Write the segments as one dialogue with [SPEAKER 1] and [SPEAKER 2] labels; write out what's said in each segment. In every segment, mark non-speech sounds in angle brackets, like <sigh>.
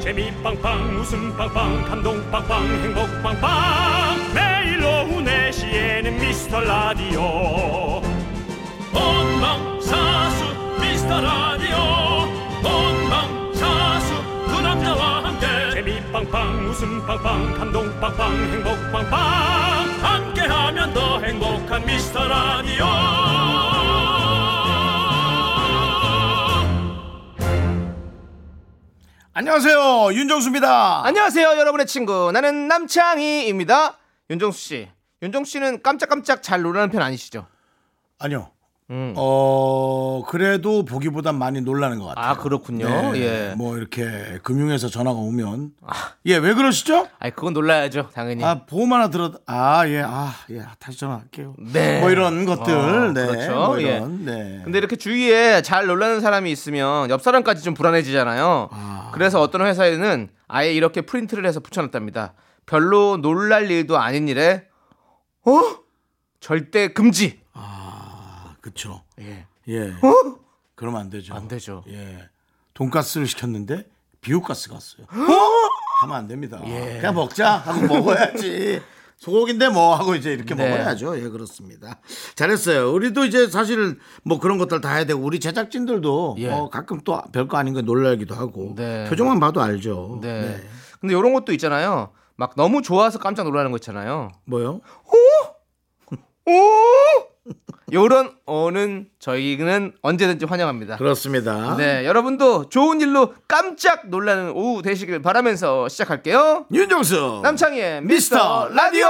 [SPEAKER 1] 재미 빵빵 웃음 빵빵 감동 빵빵 행복 빵빵 매일 오후 네시에는 미스터 라디오 본방사수 미스터 라디오 본방사수 그 남자와 함께 재미 빵빵 웃음 빵빵 감동 빵빵 행복 빵빵 함께하면 더 행복한 미스터 라디오
[SPEAKER 2] 안녕하세요 윤정수입니다.
[SPEAKER 3] 안녕하세요, 여러분의 친구. 나는 남창희입니다. 윤정수 씨. 윤정수 씨는 깜짝깜짝 잘 놀라는 편 아니시죠?
[SPEAKER 2] 아니요. 음. 어 그래도 보기보단 많이 놀라는 것 같아요.
[SPEAKER 3] 아, 그렇군요.
[SPEAKER 2] 네,
[SPEAKER 3] 예. 아.
[SPEAKER 2] 뭐 이렇게 금융에서 전화가 오면 예 왜 그러시죠?
[SPEAKER 3] 아니, 그건 놀라야죠, 당연히.
[SPEAKER 2] 아 보험 하나 들어 아예아예 다시 전화할게요.
[SPEAKER 3] 네.
[SPEAKER 2] 뭐 이런 것들
[SPEAKER 3] 어,
[SPEAKER 2] 네.
[SPEAKER 3] 그렇죠.
[SPEAKER 2] 뭐 이런
[SPEAKER 3] 예.
[SPEAKER 2] 네.
[SPEAKER 3] 근데 이렇게 주위에 잘 놀라는 사람이 있으면 옆 사람까지 좀 불안해지잖아요. 그래서 어떤 회사에는 아예 이렇게 프린트를 해서 붙여놨답니다. 별로 놀랄 일도 아닌 일에 어? 절대 금지.
[SPEAKER 2] 아 그렇죠.
[SPEAKER 3] 예.
[SPEAKER 2] 예. 그러면 안 되죠.
[SPEAKER 3] 안 되죠.
[SPEAKER 2] 예. 돈가스를 시켰는데 비우가스가 왔어요. 하면 안 됩니다.
[SPEAKER 3] 예.
[SPEAKER 2] 그냥 먹자 하고 먹어야지. 소고기인데 뭐 하고 이제 이렇게
[SPEAKER 3] 네.
[SPEAKER 2] 먹어야죠. 예, 그렇습니다. 잘했어요. 우리도 이제 사실 뭐 그런 것들 다 해야 되고 우리 제작진들도
[SPEAKER 3] 예.
[SPEAKER 2] 어, 가끔 또 별거 아닌 거 놀라기도 하고
[SPEAKER 3] 네.
[SPEAKER 2] 표정만 봐도 알죠.
[SPEAKER 3] 네.
[SPEAKER 2] 네.
[SPEAKER 3] 근데 이런 것도 있잖아요. 막 너무 좋아서 깜짝 놀라는 거 있잖아요.
[SPEAKER 2] 뭐요?
[SPEAKER 3] <laughs> 오! 요런 어는 저희는 언제든지 환영합니다.
[SPEAKER 2] 그렇습니다.
[SPEAKER 3] 네, 여러분도 좋은 일로 깜짝 놀라는 오후 되시길 바라면서 시작할게요.
[SPEAKER 2] 윤정수
[SPEAKER 3] 남창희의
[SPEAKER 2] 미스터
[SPEAKER 3] 어. 미스터 라디오!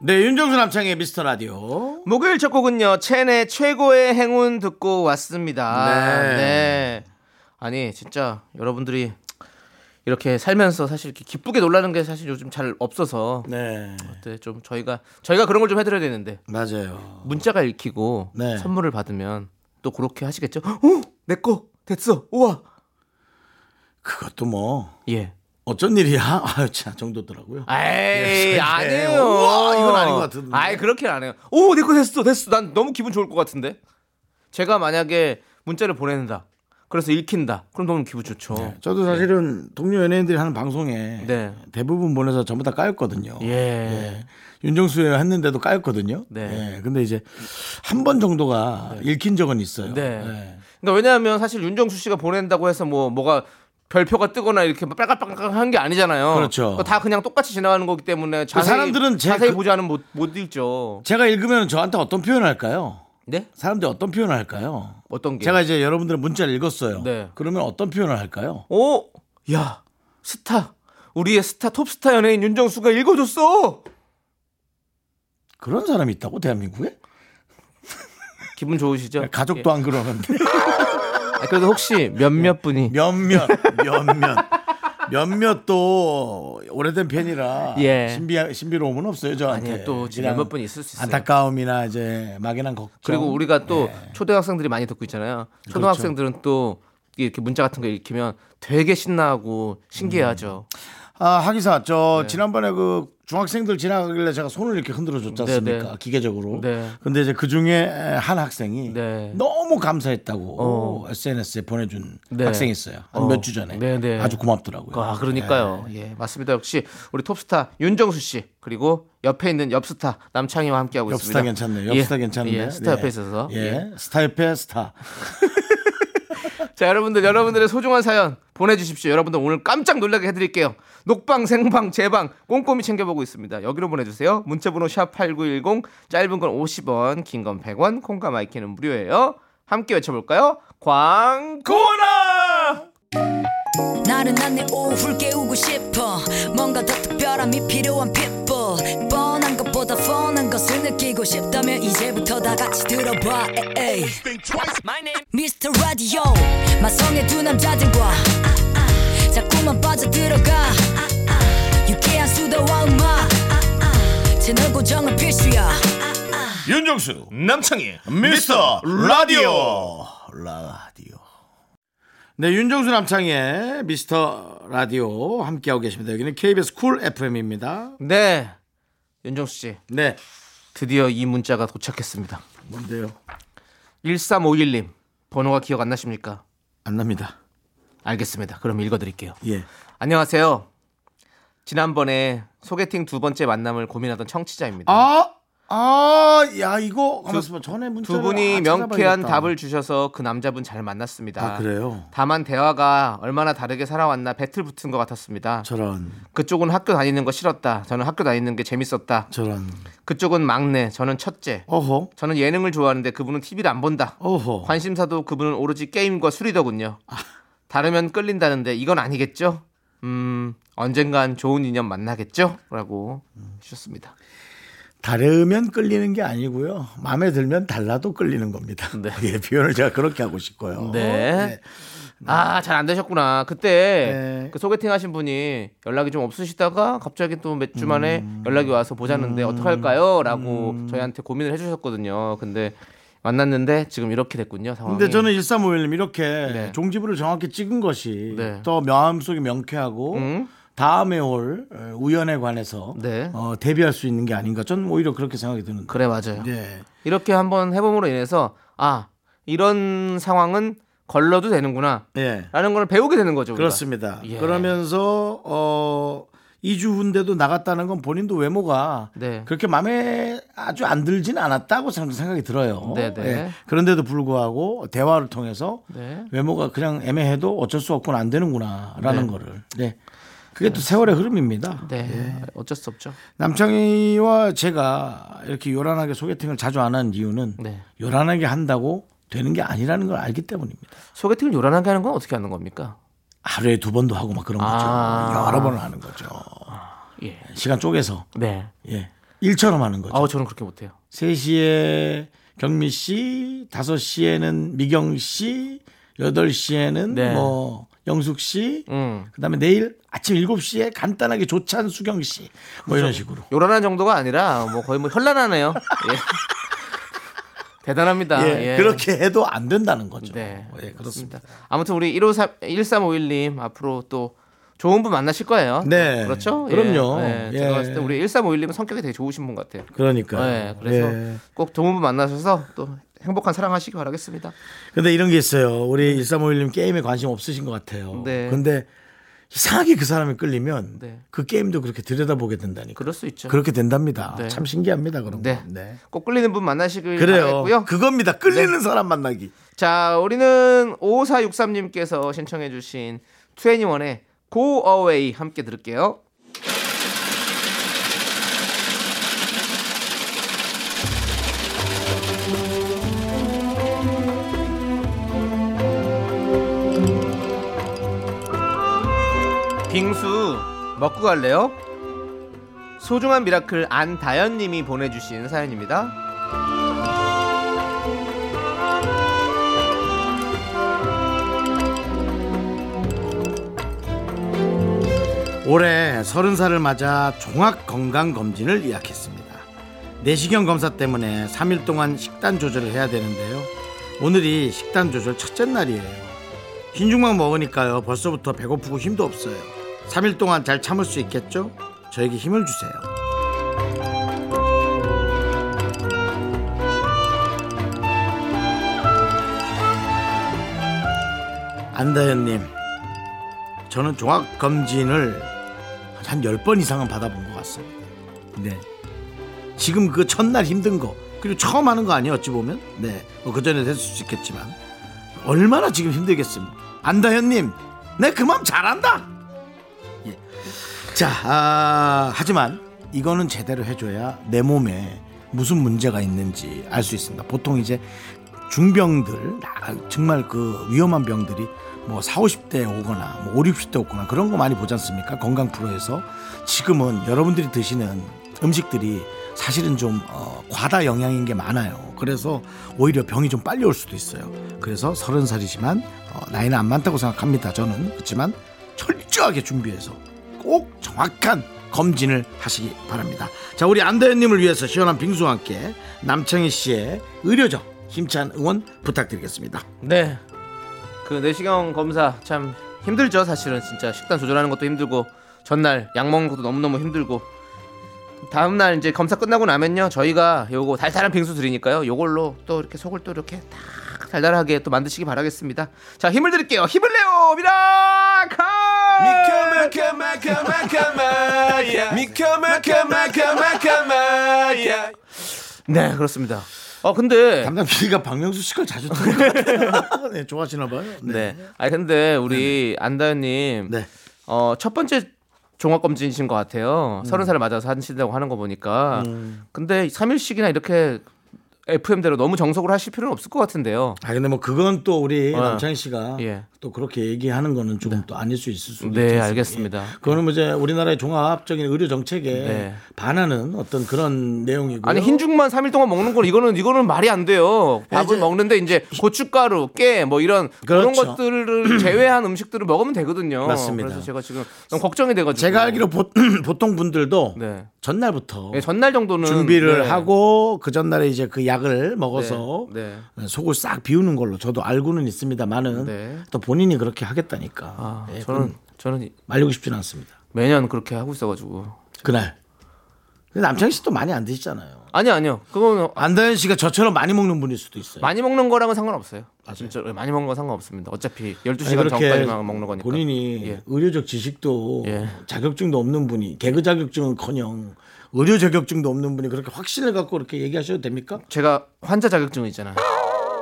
[SPEAKER 2] 네, 윤정수 남창의 미스터 라디오.
[SPEAKER 3] 목요일 첫 곡은요, 첸의 최고의 행운 듣고 왔습니다.
[SPEAKER 2] 네.
[SPEAKER 3] 네. 아니, 진짜 여러분들이 이렇게 살면서 사실 이렇게 기쁘게 놀라는 게 사실 요즘 잘 없어서
[SPEAKER 2] 네.
[SPEAKER 3] 네, 좀 저희가 저희가 그런 걸 좀 해드려야 되는데
[SPEAKER 2] 맞아요.
[SPEAKER 3] 문자가 읽히고
[SPEAKER 2] 네.
[SPEAKER 3] 선물을 받으면 또 그렇게 하시겠죠? 오, 내 거 됐어. 우와.
[SPEAKER 2] 그것도 뭐
[SPEAKER 3] 예.
[SPEAKER 2] 어쩐 일이야? <laughs> 아유, 참 정도더라고요.
[SPEAKER 3] 에이
[SPEAKER 2] 예,
[SPEAKER 3] 아니에요.
[SPEAKER 2] 우와, 이건 아닌 것 같은데.
[SPEAKER 3] 아이 그렇게 안 해요. 오 내 거 됐어 됐어. 난 너무 기분 좋을 것 같은데. 제가 만약에 문자를 보낸다. 그래서 읽힌다. 그럼 너무 기분 좋죠.
[SPEAKER 2] 어, 저도 사실은 동료 연예인들이 하는 방송에
[SPEAKER 3] 예. 네.
[SPEAKER 2] 대부분 보내서 전부 다 까였거든요.
[SPEAKER 3] 예.
[SPEAKER 2] 네. 윤정수 했는데도 까였거든요.
[SPEAKER 3] 네.
[SPEAKER 2] 예, 근데 이제 한 번 정도가 읽힌 적은 있어요.
[SPEAKER 3] 네.
[SPEAKER 2] 예.
[SPEAKER 3] 그러니까 왜냐하면 사실 윤정수 씨가 보낸다고 해서 뭐 뭐가 별표가 뜨거나 이렇게 빨갛빨갛한 게 아니잖아요.
[SPEAKER 2] 그렇죠. 그
[SPEAKER 3] 그거 다 그냥 똑같이 지나가는 거기 때문에 자세히,
[SPEAKER 2] 사람들은 제
[SPEAKER 3] 자세히
[SPEAKER 2] 그-
[SPEAKER 3] 보지 않으면 못, 못 읽죠.
[SPEAKER 2] 제가 읽으면 저한테 어떤 표현을 할까요?
[SPEAKER 3] 네?
[SPEAKER 2] 사람들이 어떤 표현을 할까요?
[SPEAKER 3] 어떤 게?
[SPEAKER 2] 제가 이제 여러분들의 문자를 읽었어요.
[SPEAKER 3] 예. 네.
[SPEAKER 2] 그러면 어떤 표현을 할까요?
[SPEAKER 3] 오, 야, 스타. 우리의 스타 톱스타 연예인 윤정수가 읽어줬어.
[SPEAKER 2] 그런 사람이 있다고 대한민국에?
[SPEAKER 3] 기분 좋으시죠?
[SPEAKER 2] 가족도 안 그러는데. <laughs>
[SPEAKER 3] 아, 그래도 혹시 몇몇 분이
[SPEAKER 2] 몇몇 몇몇 몇몇 또 오래된 팬이라
[SPEAKER 3] 예.
[SPEAKER 2] 신비 신비로움은 없어요 저한테.
[SPEAKER 3] 아니요, 또 지금
[SPEAKER 2] 네. 그냥
[SPEAKER 3] 몇분 있을 수 있어요.
[SPEAKER 2] 안타까움이나 이제 막연한 걱정.
[SPEAKER 3] 그리고 우리가 또
[SPEAKER 2] 네.
[SPEAKER 3] 초등학생들이 많이 듣고 있잖아요.
[SPEAKER 2] 그렇죠.
[SPEAKER 3] 초등학생들은 또 이렇게 문자 같은 거 읽히면 되게 신나하고 신기해하죠.
[SPEAKER 2] 아 하기사 저
[SPEAKER 3] 네.
[SPEAKER 2] 지난번에 그 중학생들 지나가길래 제가 손을 이렇게 흔들어 줬지 않습니까?
[SPEAKER 3] 네, 네.
[SPEAKER 2] 기계적으로.
[SPEAKER 3] 네.
[SPEAKER 2] 근데 이제 그 중에 한 학생이
[SPEAKER 3] 네. 어.
[SPEAKER 2] 너무 감사했다고 SNS에 보내준
[SPEAKER 3] 네.
[SPEAKER 2] 학생이 있어요. 한
[SPEAKER 3] 어.
[SPEAKER 2] 몇 주 전에
[SPEAKER 3] 네, 네.
[SPEAKER 2] 아주 고맙더라고요.
[SPEAKER 3] 아, 그러니까요.
[SPEAKER 2] 네.
[SPEAKER 3] 예, 맞습니다. 역시 우리 톱스타 윤정수 씨 그리고 옆에 있는 옆스타 남창희와 함께하고
[SPEAKER 2] 엽스타
[SPEAKER 3] 있습니다.
[SPEAKER 2] 괜찮네요. 엽스타
[SPEAKER 3] 예,
[SPEAKER 2] 괜찮네요.
[SPEAKER 3] 예, 스타 옆에 있어서.
[SPEAKER 2] 예.
[SPEAKER 3] 예.
[SPEAKER 2] 스타 옆에 스타.
[SPEAKER 3] 자, 여러분들 여러분들의 소중한 사연 보내주십시오. 여러분들 오늘 깜짝 놀라게 해드릴게요. 녹방, 생방, 재방 꼼꼼히 챙겨보고 있습니다. 여기로 보내주세요. 문자번호 샵 #8910 짧은 건 50원, 긴 건 100원, 콩과 마이키는 무료예요. 함께 외쳐볼까요? 광고나
[SPEAKER 4] 나른한 내 오후를 깨우고 싶어 뭔가 더 특별함이 필요한 people 뻔한 것보다 뻔한 것을 느끼고 싶다면 이제부터 다 같이 들어봐 에이. Mr. Radio 마성의 두 남자들과 자꾸만 빠져들어가 유쾌한 수다와 음악 채널 고정은 필수야
[SPEAKER 2] 윤정수 남창희 미스터 라디오 라디오 네 윤정수 남창희의 미스터 라디오 함께하고 계십니다 여기는 KBS 쿨 FM입니다
[SPEAKER 3] 네, 윤정수 씨
[SPEAKER 2] 네
[SPEAKER 3] 드디어 이 문자가 도착했습니다.
[SPEAKER 2] 뭔데요
[SPEAKER 3] 1351님 번호가 기억 안 나십니까?
[SPEAKER 2] 안 납니다
[SPEAKER 3] 알겠습니다. 그럼 읽어드릴게요.
[SPEAKER 2] 예.
[SPEAKER 3] 안녕하세요. 지난번에 소개팅 두 번째 만남을 고민하던 청취자입니다.
[SPEAKER 2] 아, 아, 야 이거 가만있어봐. 전에 아, 문자
[SPEAKER 3] 두 분이 명쾌한 답을 주셔서 그 남자분 잘 만났습니다.
[SPEAKER 2] 아 그래요.
[SPEAKER 3] 다만 대화가 얼마나 다르게 살아왔나 배틀 붙은 것 같았습니다.
[SPEAKER 2] 저런,
[SPEAKER 3] 그쪽은 학교 다니는 거 싫었다. 저는 학교 다니는 게 재밌었다.
[SPEAKER 2] 저런.
[SPEAKER 3] 그쪽은 막내, 저는 첫째.
[SPEAKER 2] 어허,
[SPEAKER 3] 저는 예능을 좋아하는데 그분은 TV를 안 본다.
[SPEAKER 2] 어허.
[SPEAKER 3] 관심사도 그분은 오로지 게임과 술이더군요.
[SPEAKER 2] 아.
[SPEAKER 3] 다르면 끌린다는데 이건 아니겠죠? 음, 언젠간 좋은 인연 만나겠죠? 라고
[SPEAKER 2] 음.
[SPEAKER 3] 하셨습니다.
[SPEAKER 2] 다르면 끌리는 게 아니고요. 마음에 들면 달라도 끌리는 겁니다. <laughs> 예, 표현을 제가 그렇게 하고 싶고요.
[SPEAKER 3] 네. 아, 잘 안 되셨구나. 그때
[SPEAKER 2] 네.
[SPEAKER 3] 그 소개팅 하신 분이 연락이 좀 없으시다가 갑자기 또 몇 주 만에
[SPEAKER 2] 음.
[SPEAKER 3] 연락이 와서 보자는데 어떡할까요? 라고 저희한테 고민을 해주셨거든요. 근데 만났는데 지금 이렇게 됐군요. 상황이.
[SPEAKER 2] 근데 저는 1351님 이렇게
[SPEAKER 3] 예. 네.
[SPEAKER 2] 종지부를 정확히 찍은 것이
[SPEAKER 3] 네.
[SPEAKER 2] 더 마음속이 명쾌하고 다음에 올 어, 우연에 관해서
[SPEAKER 3] 네.
[SPEAKER 2] 어, 대비할 수 있는 게 아닌가. 저는 오히려 그렇게 생각이 드는데.
[SPEAKER 3] 그래, 맞아요.
[SPEAKER 2] 네.
[SPEAKER 3] 이렇게 한번 해봄으로 인해서 아, 이런 상황은 걸러도 되는구나.
[SPEAKER 2] 예.
[SPEAKER 3] 라는 걸 배우게 되는 거죠. 우리가.
[SPEAKER 2] 그렇습니다.
[SPEAKER 3] 예.
[SPEAKER 2] 그러면서 어 2주 후인데도 나갔다는 건 본인도 외모가
[SPEAKER 3] 네.
[SPEAKER 2] 그렇게 마음에 아주 안 들진 않았다고 저는 생각이 들어요. 예.
[SPEAKER 3] 네, 네.
[SPEAKER 2] 그런데도 불구하고 대화를 통해서
[SPEAKER 3] 네.
[SPEAKER 2] 외모가 그냥 애매해도 어쩔 수 없군 안 되는구나라는 거를. 네. 그게 또 세월의 흐름입니다.
[SPEAKER 3] 네. 어쩔 수 없죠.
[SPEAKER 2] 남창희와 제가 이렇게 요란하게 소개팅을 자주 안 하는 이유는
[SPEAKER 3] 네.
[SPEAKER 2] 요란하게 한다고 되는 게 아니라는 걸 알기 때문입니다.
[SPEAKER 3] 소개팅을 요란하게 하는 건 어떻게 하는 겁니까?
[SPEAKER 2] 하루에 두 번도 하고 막 그런 거죠.
[SPEAKER 3] 아.
[SPEAKER 2] 여러 번을 하는 거죠.
[SPEAKER 3] 예. 어.
[SPEAKER 2] 시간 쪼개서
[SPEAKER 3] 네.
[SPEAKER 2] 예. 일처럼 하는 거죠.
[SPEAKER 3] 아우, 저는 그렇게 못해요.
[SPEAKER 2] 3시에 경미 씨, 5시에는 미경 씨, 8시에는
[SPEAKER 3] 네.
[SPEAKER 2] 뭐 영숙 씨,
[SPEAKER 3] 음.
[SPEAKER 2] 그다음에 내일 아침 7시에 간단하게 조찬 수경 씨. 뭐
[SPEAKER 3] 그렇죠.
[SPEAKER 2] 이런 식으로.
[SPEAKER 3] 요란한 정도가 아니라 뭐 거의 뭐 현란하네요. 예. <laughs> 대단합니다.
[SPEAKER 2] 예,
[SPEAKER 3] 예.
[SPEAKER 2] 그렇게 해도 안 된다는 거죠.
[SPEAKER 3] 네.
[SPEAKER 2] 예, 그렇습니다.
[SPEAKER 3] 아무튼 우리 153 1351님 앞으로 또 좋은 분 만나실 거예요.
[SPEAKER 2] 네.
[SPEAKER 3] 그렇죠?
[SPEAKER 2] 그럼요.
[SPEAKER 3] 예.
[SPEAKER 2] 예.
[SPEAKER 3] 제가 봤을 때 우리 1351님은 성격이 되게 좋으신 분 같아요.
[SPEAKER 2] 그러니까.
[SPEAKER 3] 예. 그래서
[SPEAKER 2] 예.
[SPEAKER 3] 꼭 좋은 분 만나셔서 또 행복한 사랑하시기 바라겠습니다.
[SPEAKER 2] 근데 이런 게 있어요. 우리 1351님 게임에 관심 없으신 것 같아요.
[SPEAKER 3] 네.
[SPEAKER 2] 근데 이상하게 그 사람이 끌리면
[SPEAKER 3] 네.
[SPEAKER 2] 그 게임도 그렇게 들여다보게 된다니까.
[SPEAKER 3] 그럴 수 있죠.
[SPEAKER 2] 그렇게 된답니다.
[SPEAKER 3] 네.
[SPEAKER 2] 참 신기합니다. 그런
[SPEAKER 3] 네.
[SPEAKER 2] 거. 네.
[SPEAKER 3] 꼭 끌리는 분 만나시길
[SPEAKER 2] 그래요.
[SPEAKER 3] 바라겠고요. 네.
[SPEAKER 2] 그겁니다. 끌리는 사람 만나기.
[SPEAKER 3] 자, 우리는 5463님께서 신청해 주신 21의 Go Away 함께 들을게요. 빙수 먹고 갈래요? 소중한 미라클 안다현 님이 보내주신 사연입니다.
[SPEAKER 2] 올해 서른 살을 맞아 종합 건강 검진을 예약했습니다. 내시경 검사 때문에 3일 동안 식단 조절을 해야 되는데요. 오늘이 식단 조절 첫째 날이에요. 흰죽만 먹으니까요. 벌써부터 배고프고 힘도 없어요. 3일 동안 잘 참을 수 있겠죠? 저에게 힘을 주세요. 안다현님, 저는 종합 검진을 한 10번 이상은 받아본 것 같습니다. 네. 지금 그 첫날 힘든 거 그리고 처음 하는 거 아니에요 어찌 보면 네. 그 전에 했을 수 있겠지만 얼마나 지금 힘들겠습니까? 안다현님, 내 그맘 잘한다. 예. 자, 아, 하지만 이거는 제대로 해줘야 내 몸에 무슨 문제가 있는지 알 수 있습니다. 보통 이제 중병들, 나- 정말 그 위험한 병들이 뭐 4, 50대에 오거나 뭐 5, 60대 오거나 그런 거 많이 보지 않습니까? 건강 프로에서. 지금은 여러분들이 드시는 음식들이 사실은 좀 어, 과다 영양인 게 많아요. 그래서 오히려 병이 좀 빨리 올 수도 있어요. 그래서 서른 살이지만 어, 나이는 안 많다고 생각합니다. 저는 그렇지만 철저하게 준비해서 꼭 정확한 검진을 하시기 바랍니다. 자, 우리 안대현님을 위해서 시원한 빙수와 함께 남창희 씨의 의료적 힘찬 응원 부탁드리겠습니다.
[SPEAKER 3] 네. 그 내시경 검사 참 힘들죠, 사실은 진짜 식단 조절하는 것도 힘들고 전날 약 먹는 것도 너무너무 힘들고 다음 날 이제 검사 끝나고 나면요. 저희가 요거 달달한 빙수 드리니까요. 요걸로 또 이렇게 속을 또 이렇게 딱 달달하게 또 만드시기 바라겠습니다. 자, 힘을 드릴게요. 힘을 내요. 미라카! 네, 그렇습니다. 어, 근데
[SPEAKER 2] 담당 PD가 박명수 씨 걸 자주 듣는 것
[SPEAKER 3] <laughs>
[SPEAKER 2] 같아요. 네, 좋아하시나 봐요.
[SPEAKER 3] 네. 아 근데 우리 안다현 님
[SPEAKER 2] 네.
[SPEAKER 3] 어, 첫 번째 종합 검진이신 것 같아요.
[SPEAKER 2] 음.
[SPEAKER 3] 서른 살 맞아서 하신다고 하는 거 보니까. 근데 3일씩이나 이렇게 FM대로 너무 정석으로 하실 필요는 없을 것 같은데요.
[SPEAKER 2] 아 근데 뭐 그건 또 우리
[SPEAKER 3] 어.
[SPEAKER 2] 남창희 씨가
[SPEAKER 3] 예.
[SPEAKER 2] 또 그렇게 얘기하는 거는 조금 또 아닐 수 있을 수도
[SPEAKER 3] 네,
[SPEAKER 2] 있겠습니다.
[SPEAKER 3] 알겠습니다.
[SPEAKER 2] 그거는 뭐 이제 우리나라의 종합적인 의료 정책에
[SPEAKER 3] 네.
[SPEAKER 2] 반하는 어떤 그런 내용이고요. 네,
[SPEAKER 3] 아니 흰죽만 3일 동안 먹는 건 이거는 이거는 말이 안 돼요. 밥을
[SPEAKER 2] 이제-
[SPEAKER 3] 먹는데 이제 고춧가루, 깨 뭐 이런 그런
[SPEAKER 2] 그렇죠. <clears throat>
[SPEAKER 3] 것들을 제외한 음식들을 먹으면 되거든요.
[SPEAKER 2] 맞습니다.
[SPEAKER 3] 그래서 제가 지금 너무 걱정이 돼가지고
[SPEAKER 2] 제가 알기로 보, <clears throat> 통 분들도
[SPEAKER 3] 네.
[SPEAKER 2] 전날부터
[SPEAKER 3] 예, 전날 정도는
[SPEAKER 2] 준비를
[SPEAKER 3] 네.
[SPEAKER 2] 하고 그 전날에 이제 그 약을 먹어서
[SPEAKER 3] 네,
[SPEAKER 2] 속을 싹 비우는 걸로 저도 알고는 있습니다만은
[SPEAKER 3] 네.
[SPEAKER 2] 또 본인이 그렇게 하겠다니까
[SPEAKER 3] 아,
[SPEAKER 2] 예,
[SPEAKER 3] 저는 저는 이-
[SPEAKER 2] 말리고 싶지는 않습니다.
[SPEAKER 3] 매년 그렇게 하고 있어가지고
[SPEAKER 2] 그날 근데 남창희 씨도 많이 안 드시잖아요.
[SPEAKER 3] 아니 아니요 그거는
[SPEAKER 2] 안다현 씨가 저처럼 많이 먹는 분일 수도 있어요.
[SPEAKER 3] 많이 먹는 거랑은 상관없어요.
[SPEAKER 2] 네. 맞아요. 네.
[SPEAKER 3] 진짜 많이 먹는 건 상관없습니다. 어차피
[SPEAKER 2] 아니,
[SPEAKER 3] 12시간 전까지만 먹는 거니까.
[SPEAKER 2] 본인이
[SPEAKER 3] 예.
[SPEAKER 2] 의료적 지식도
[SPEAKER 3] 예.
[SPEAKER 2] 자격증도 없는 분이 개그 자격증은커녕 의료 자격증도 없는 분이 그렇게 확신을 갖고 그렇게 얘기하셔도 됩니까?
[SPEAKER 3] 제가 환자 자격증 있잖아요.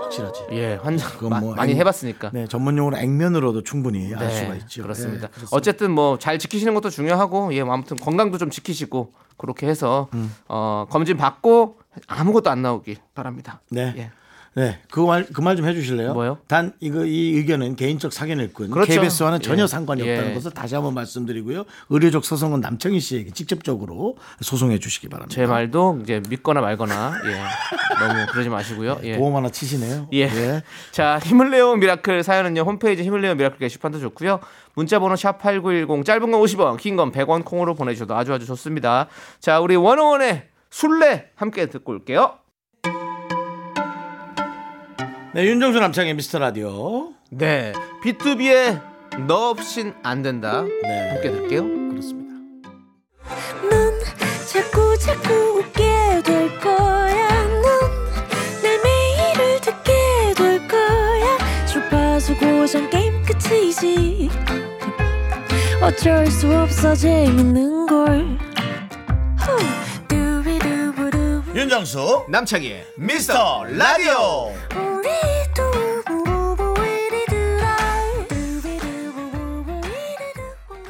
[SPEAKER 2] 확실하지.
[SPEAKER 3] 예, 환자
[SPEAKER 2] 그건
[SPEAKER 3] 마-
[SPEAKER 2] 뭐
[SPEAKER 3] 많이
[SPEAKER 2] 앵-
[SPEAKER 3] 해봤으니까.
[SPEAKER 2] 네 전문 용어로 액면으로도 충분히 알
[SPEAKER 3] 네,
[SPEAKER 2] 수가 있죠.
[SPEAKER 3] 그렇습니다.
[SPEAKER 2] 예, 그렇습니다.
[SPEAKER 3] 어쨌든 뭐 잘 지키시는 것도 중요하고 예, 뭐 아무튼 건강도 좀 지키시고 그렇게 해서
[SPEAKER 2] 음.
[SPEAKER 3] 어, 검진 받고 아무것도 안 나오길 바랍니다.
[SPEAKER 2] 네.
[SPEAKER 3] 예.
[SPEAKER 2] 네, 그 말 그 말 좀 해주실래요?
[SPEAKER 3] 뭐요?
[SPEAKER 2] 단 이거 이 의견은 개인적 사견일 뿐
[SPEAKER 3] 그렇죠.
[SPEAKER 2] KBS와는 전혀
[SPEAKER 3] 예.
[SPEAKER 2] 상관이
[SPEAKER 3] 예.
[SPEAKER 2] 없다는 것을 다시 한번 말씀드리고요. 의료적 소송은 남청희 씨에게 직접적으로 소송해 주시기 바랍니다.
[SPEAKER 3] 제 말도 이제 믿거나 말거나 예.
[SPEAKER 2] <laughs>
[SPEAKER 3] 너무 그러지 마시고요. 예.
[SPEAKER 2] 보험 하나 치시네요.
[SPEAKER 3] 예. 자, 힘을 내요 미라클 사연은요. 홈페이지 힘을 내요 미라클 게시판도 좋고요. 문자 번호 샵8910 짧은 건 50원, 긴 건 100원 콩으로 보내 주셔도 아주 아주 좋습니다. 자, 우리 원어원의 술래 함께 듣고 올게요.
[SPEAKER 2] 네, 윤정수 남창의 미스터 라디오.
[SPEAKER 3] 네. B2B의 너 없인 안 된다.
[SPEAKER 2] 네.
[SPEAKER 3] 함께 들게요.
[SPEAKER 2] 그렇습니다.
[SPEAKER 5] 넌 자꾸 자꾸 웃게 될 거야. 넌내 매일을 듣게 될 거야. 주파수 고정 게임 끝이지. 어쩔 수 없어 재밌는 걸. 후. 두비두부두.
[SPEAKER 2] 윤정수 남창희의 미스터 라디오
[SPEAKER 5] 우리 두부부부 우리 두라. 두비두부부부 우리 두부부.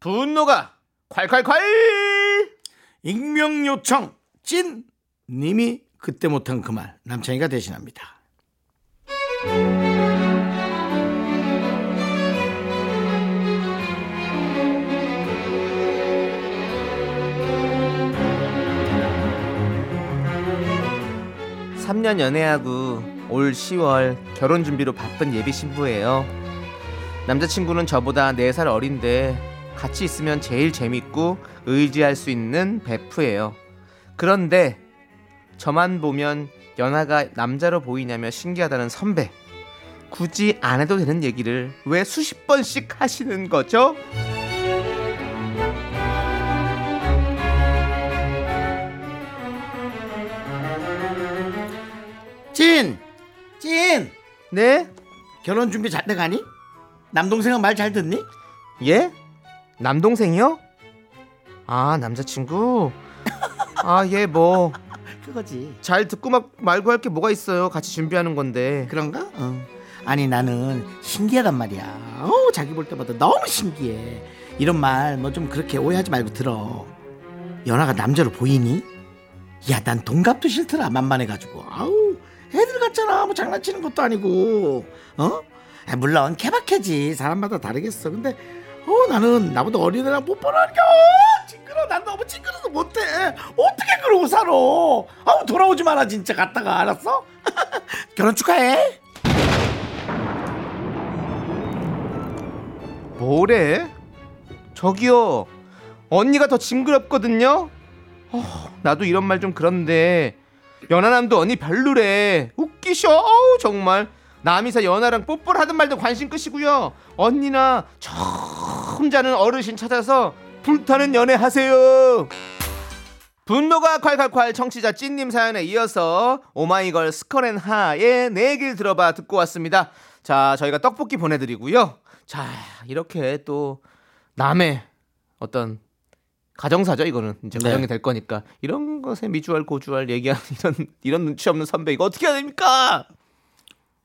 [SPEAKER 3] 분노가 콸콸콸!
[SPEAKER 2] 익명 요청 찐 님이 그때 못한 그 말 남창희가 대신합니다
[SPEAKER 3] 삼 년 연애하고 올 10월 결혼 준비로 바쁜 예비 신부예요. 남자친구는 저보다 네 살 어린데 같이 있으면 제일 재밌고 의지할 수 있는 베프예요. 그런데 저만 보면 연하가 남자로 보이냐며 신기하다는 선배. 굳이 안 해도 되는 얘기를 왜 수십 번씩 하시는 거죠?
[SPEAKER 2] 찐! 찐!
[SPEAKER 3] 네?
[SPEAKER 2] 결혼 준비 잘 돼가니? 남동생은 말 잘 듣니?
[SPEAKER 3] 예? 남동생이요? 아, 남자친구? 아, 예, 뭐.
[SPEAKER 2] 그거지
[SPEAKER 3] 잘 듣고 막 말고 할 게 뭐가 있어요? 같이 준비하는 건데.
[SPEAKER 2] 그런가? 어. 아니 나는 신기하단 말이야 어, 자기 볼 때마다 너무 신기해 이런 말 뭐 좀 그렇게 오해하지 말고 들어 연하가 남자로 보이니? 야 난 동갑도 싫더라 만만해가지고 아우 애들 같잖아 뭐 장난치는 것도 아니고 어? 아, 물론 케바케지 사람마다 다르겠어 근데 어 나는 나보다 어린 애랑 못 보라니까 어, 징그러 난 너무 징그러서 못해 어떻게 그러고 살아 아우 돌아오지 마라 진짜 갔다가 알았어? <laughs> 결혼 축하해
[SPEAKER 3] 뭐래? 저기요. 언니가 더 징그럽거든요. 어, 나도 이런 말 좀 그런데 연하남도 언니 별루래. 웃기셔. 어우, 정말. 남이사 연하랑 뽀뽀를 하든 말든 관심 끄시고요. 언니나 처음 자는 어르신 찾아서 불타는 연애 하세요. 분노가 콸콸콸 청취자 찐님 사연에 이어서 오마이걸 스컬앤하의 내 얘기를 들어봐 듣고 왔습니다. 자 저희가 떡볶이 보내드리고요. 자 이렇게 또 남의 어떤 가정사죠 이거는 이제
[SPEAKER 2] 네.
[SPEAKER 3] 가정이 될 거니까 이런 것에 미주알 고주알 얘기하는 이런 이런 눈치 없는 선배 이거 어떻게 해야 됩니까?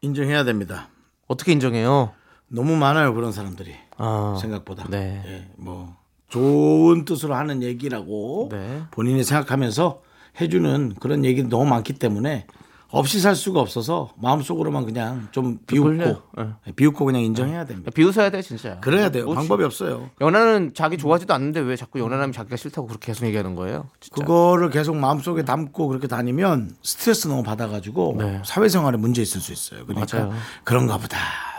[SPEAKER 2] 인정해야 됩니다.
[SPEAKER 3] 어떻게 인정해요?
[SPEAKER 2] 너무 많아요 그런 사람들이
[SPEAKER 3] 아,
[SPEAKER 2] 생각보다.
[SPEAKER 3] 네.
[SPEAKER 2] 예, 뭐 좋은 뜻으로 하는 얘기라고
[SPEAKER 3] 네.
[SPEAKER 2] 본인이 생각하면서 해주는 그런 얘기 너무 많기 때문에 없이 살 수가 없어서 마음속으로만 그냥 좀 네. 비웃고
[SPEAKER 3] 몰라요. 예.
[SPEAKER 2] 비웃고 그냥 인정해야 됩니다.
[SPEAKER 3] 비웃어야 돼 진짜.
[SPEAKER 2] 그래야 돼요.
[SPEAKER 3] 뭐 지-
[SPEAKER 2] 방법이 없어요.
[SPEAKER 3] 연하는 자기 좋아하지도 않는데 왜 자꾸 연하라면 자기가 싫다고 그렇게 계속 얘기하는 거예요? 진짜.
[SPEAKER 2] 그거를 계속 마음속에 담고 그렇게 다니면 스트레스 너무 받아가지고
[SPEAKER 3] 네.
[SPEAKER 2] 사회생활에 문제 있을 수 있어요. 그러니까
[SPEAKER 3] 맞아요.
[SPEAKER 2] 그런가 보다.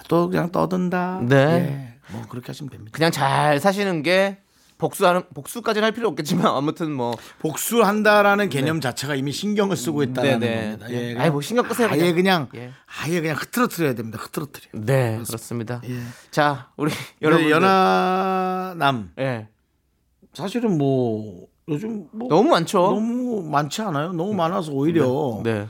[SPEAKER 2] 또 그냥 떠든다.
[SPEAKER 3] 네.
[SPEAKER 2] 예, 뭐 그렇게 하시면 됩니다.
[SPEAKER 3] 그냥 잘 사시는 게 복수하는 복수까지는 할 필요 없겠지만 <laughs> 아무튼 뭐
[SPEAKER 2] 복수한다라는 개념 자체가 이미 신경을 쓰고 있다는
[SPEAKER 3] 네, 네.
[SPEAKER 2] 겁니다. 네. 음. 예,
[SPEAKER 3] 아예 뭐 신경 끄세요,
[SPEAKER 2] 아예 그냥,
[SPEAKER 3] 그냥. 예.
[SPEAKER 2] 아예 그냥 흐트러트려야 됩니다. 흐트러트려.
[SPEAKER 3] 네, 그렇습니다.
[SPEAKER 2] 예.
[SPEAKER 3] 자, 우리 여러분
[SPEAKER 2] 여러분
[SPEAKER 3] 연
[SPEAKER 2] 연하남
[SPEAKER 3] 예.
[SPEAKER 2] 사실은 뭐 요즘 뭐
[SPEAKER 3] 너무 많죠?
[SPEAKER 2] 너무 많지 않아요? 너무 많아서 오히려
[SPEAKER 3] 네.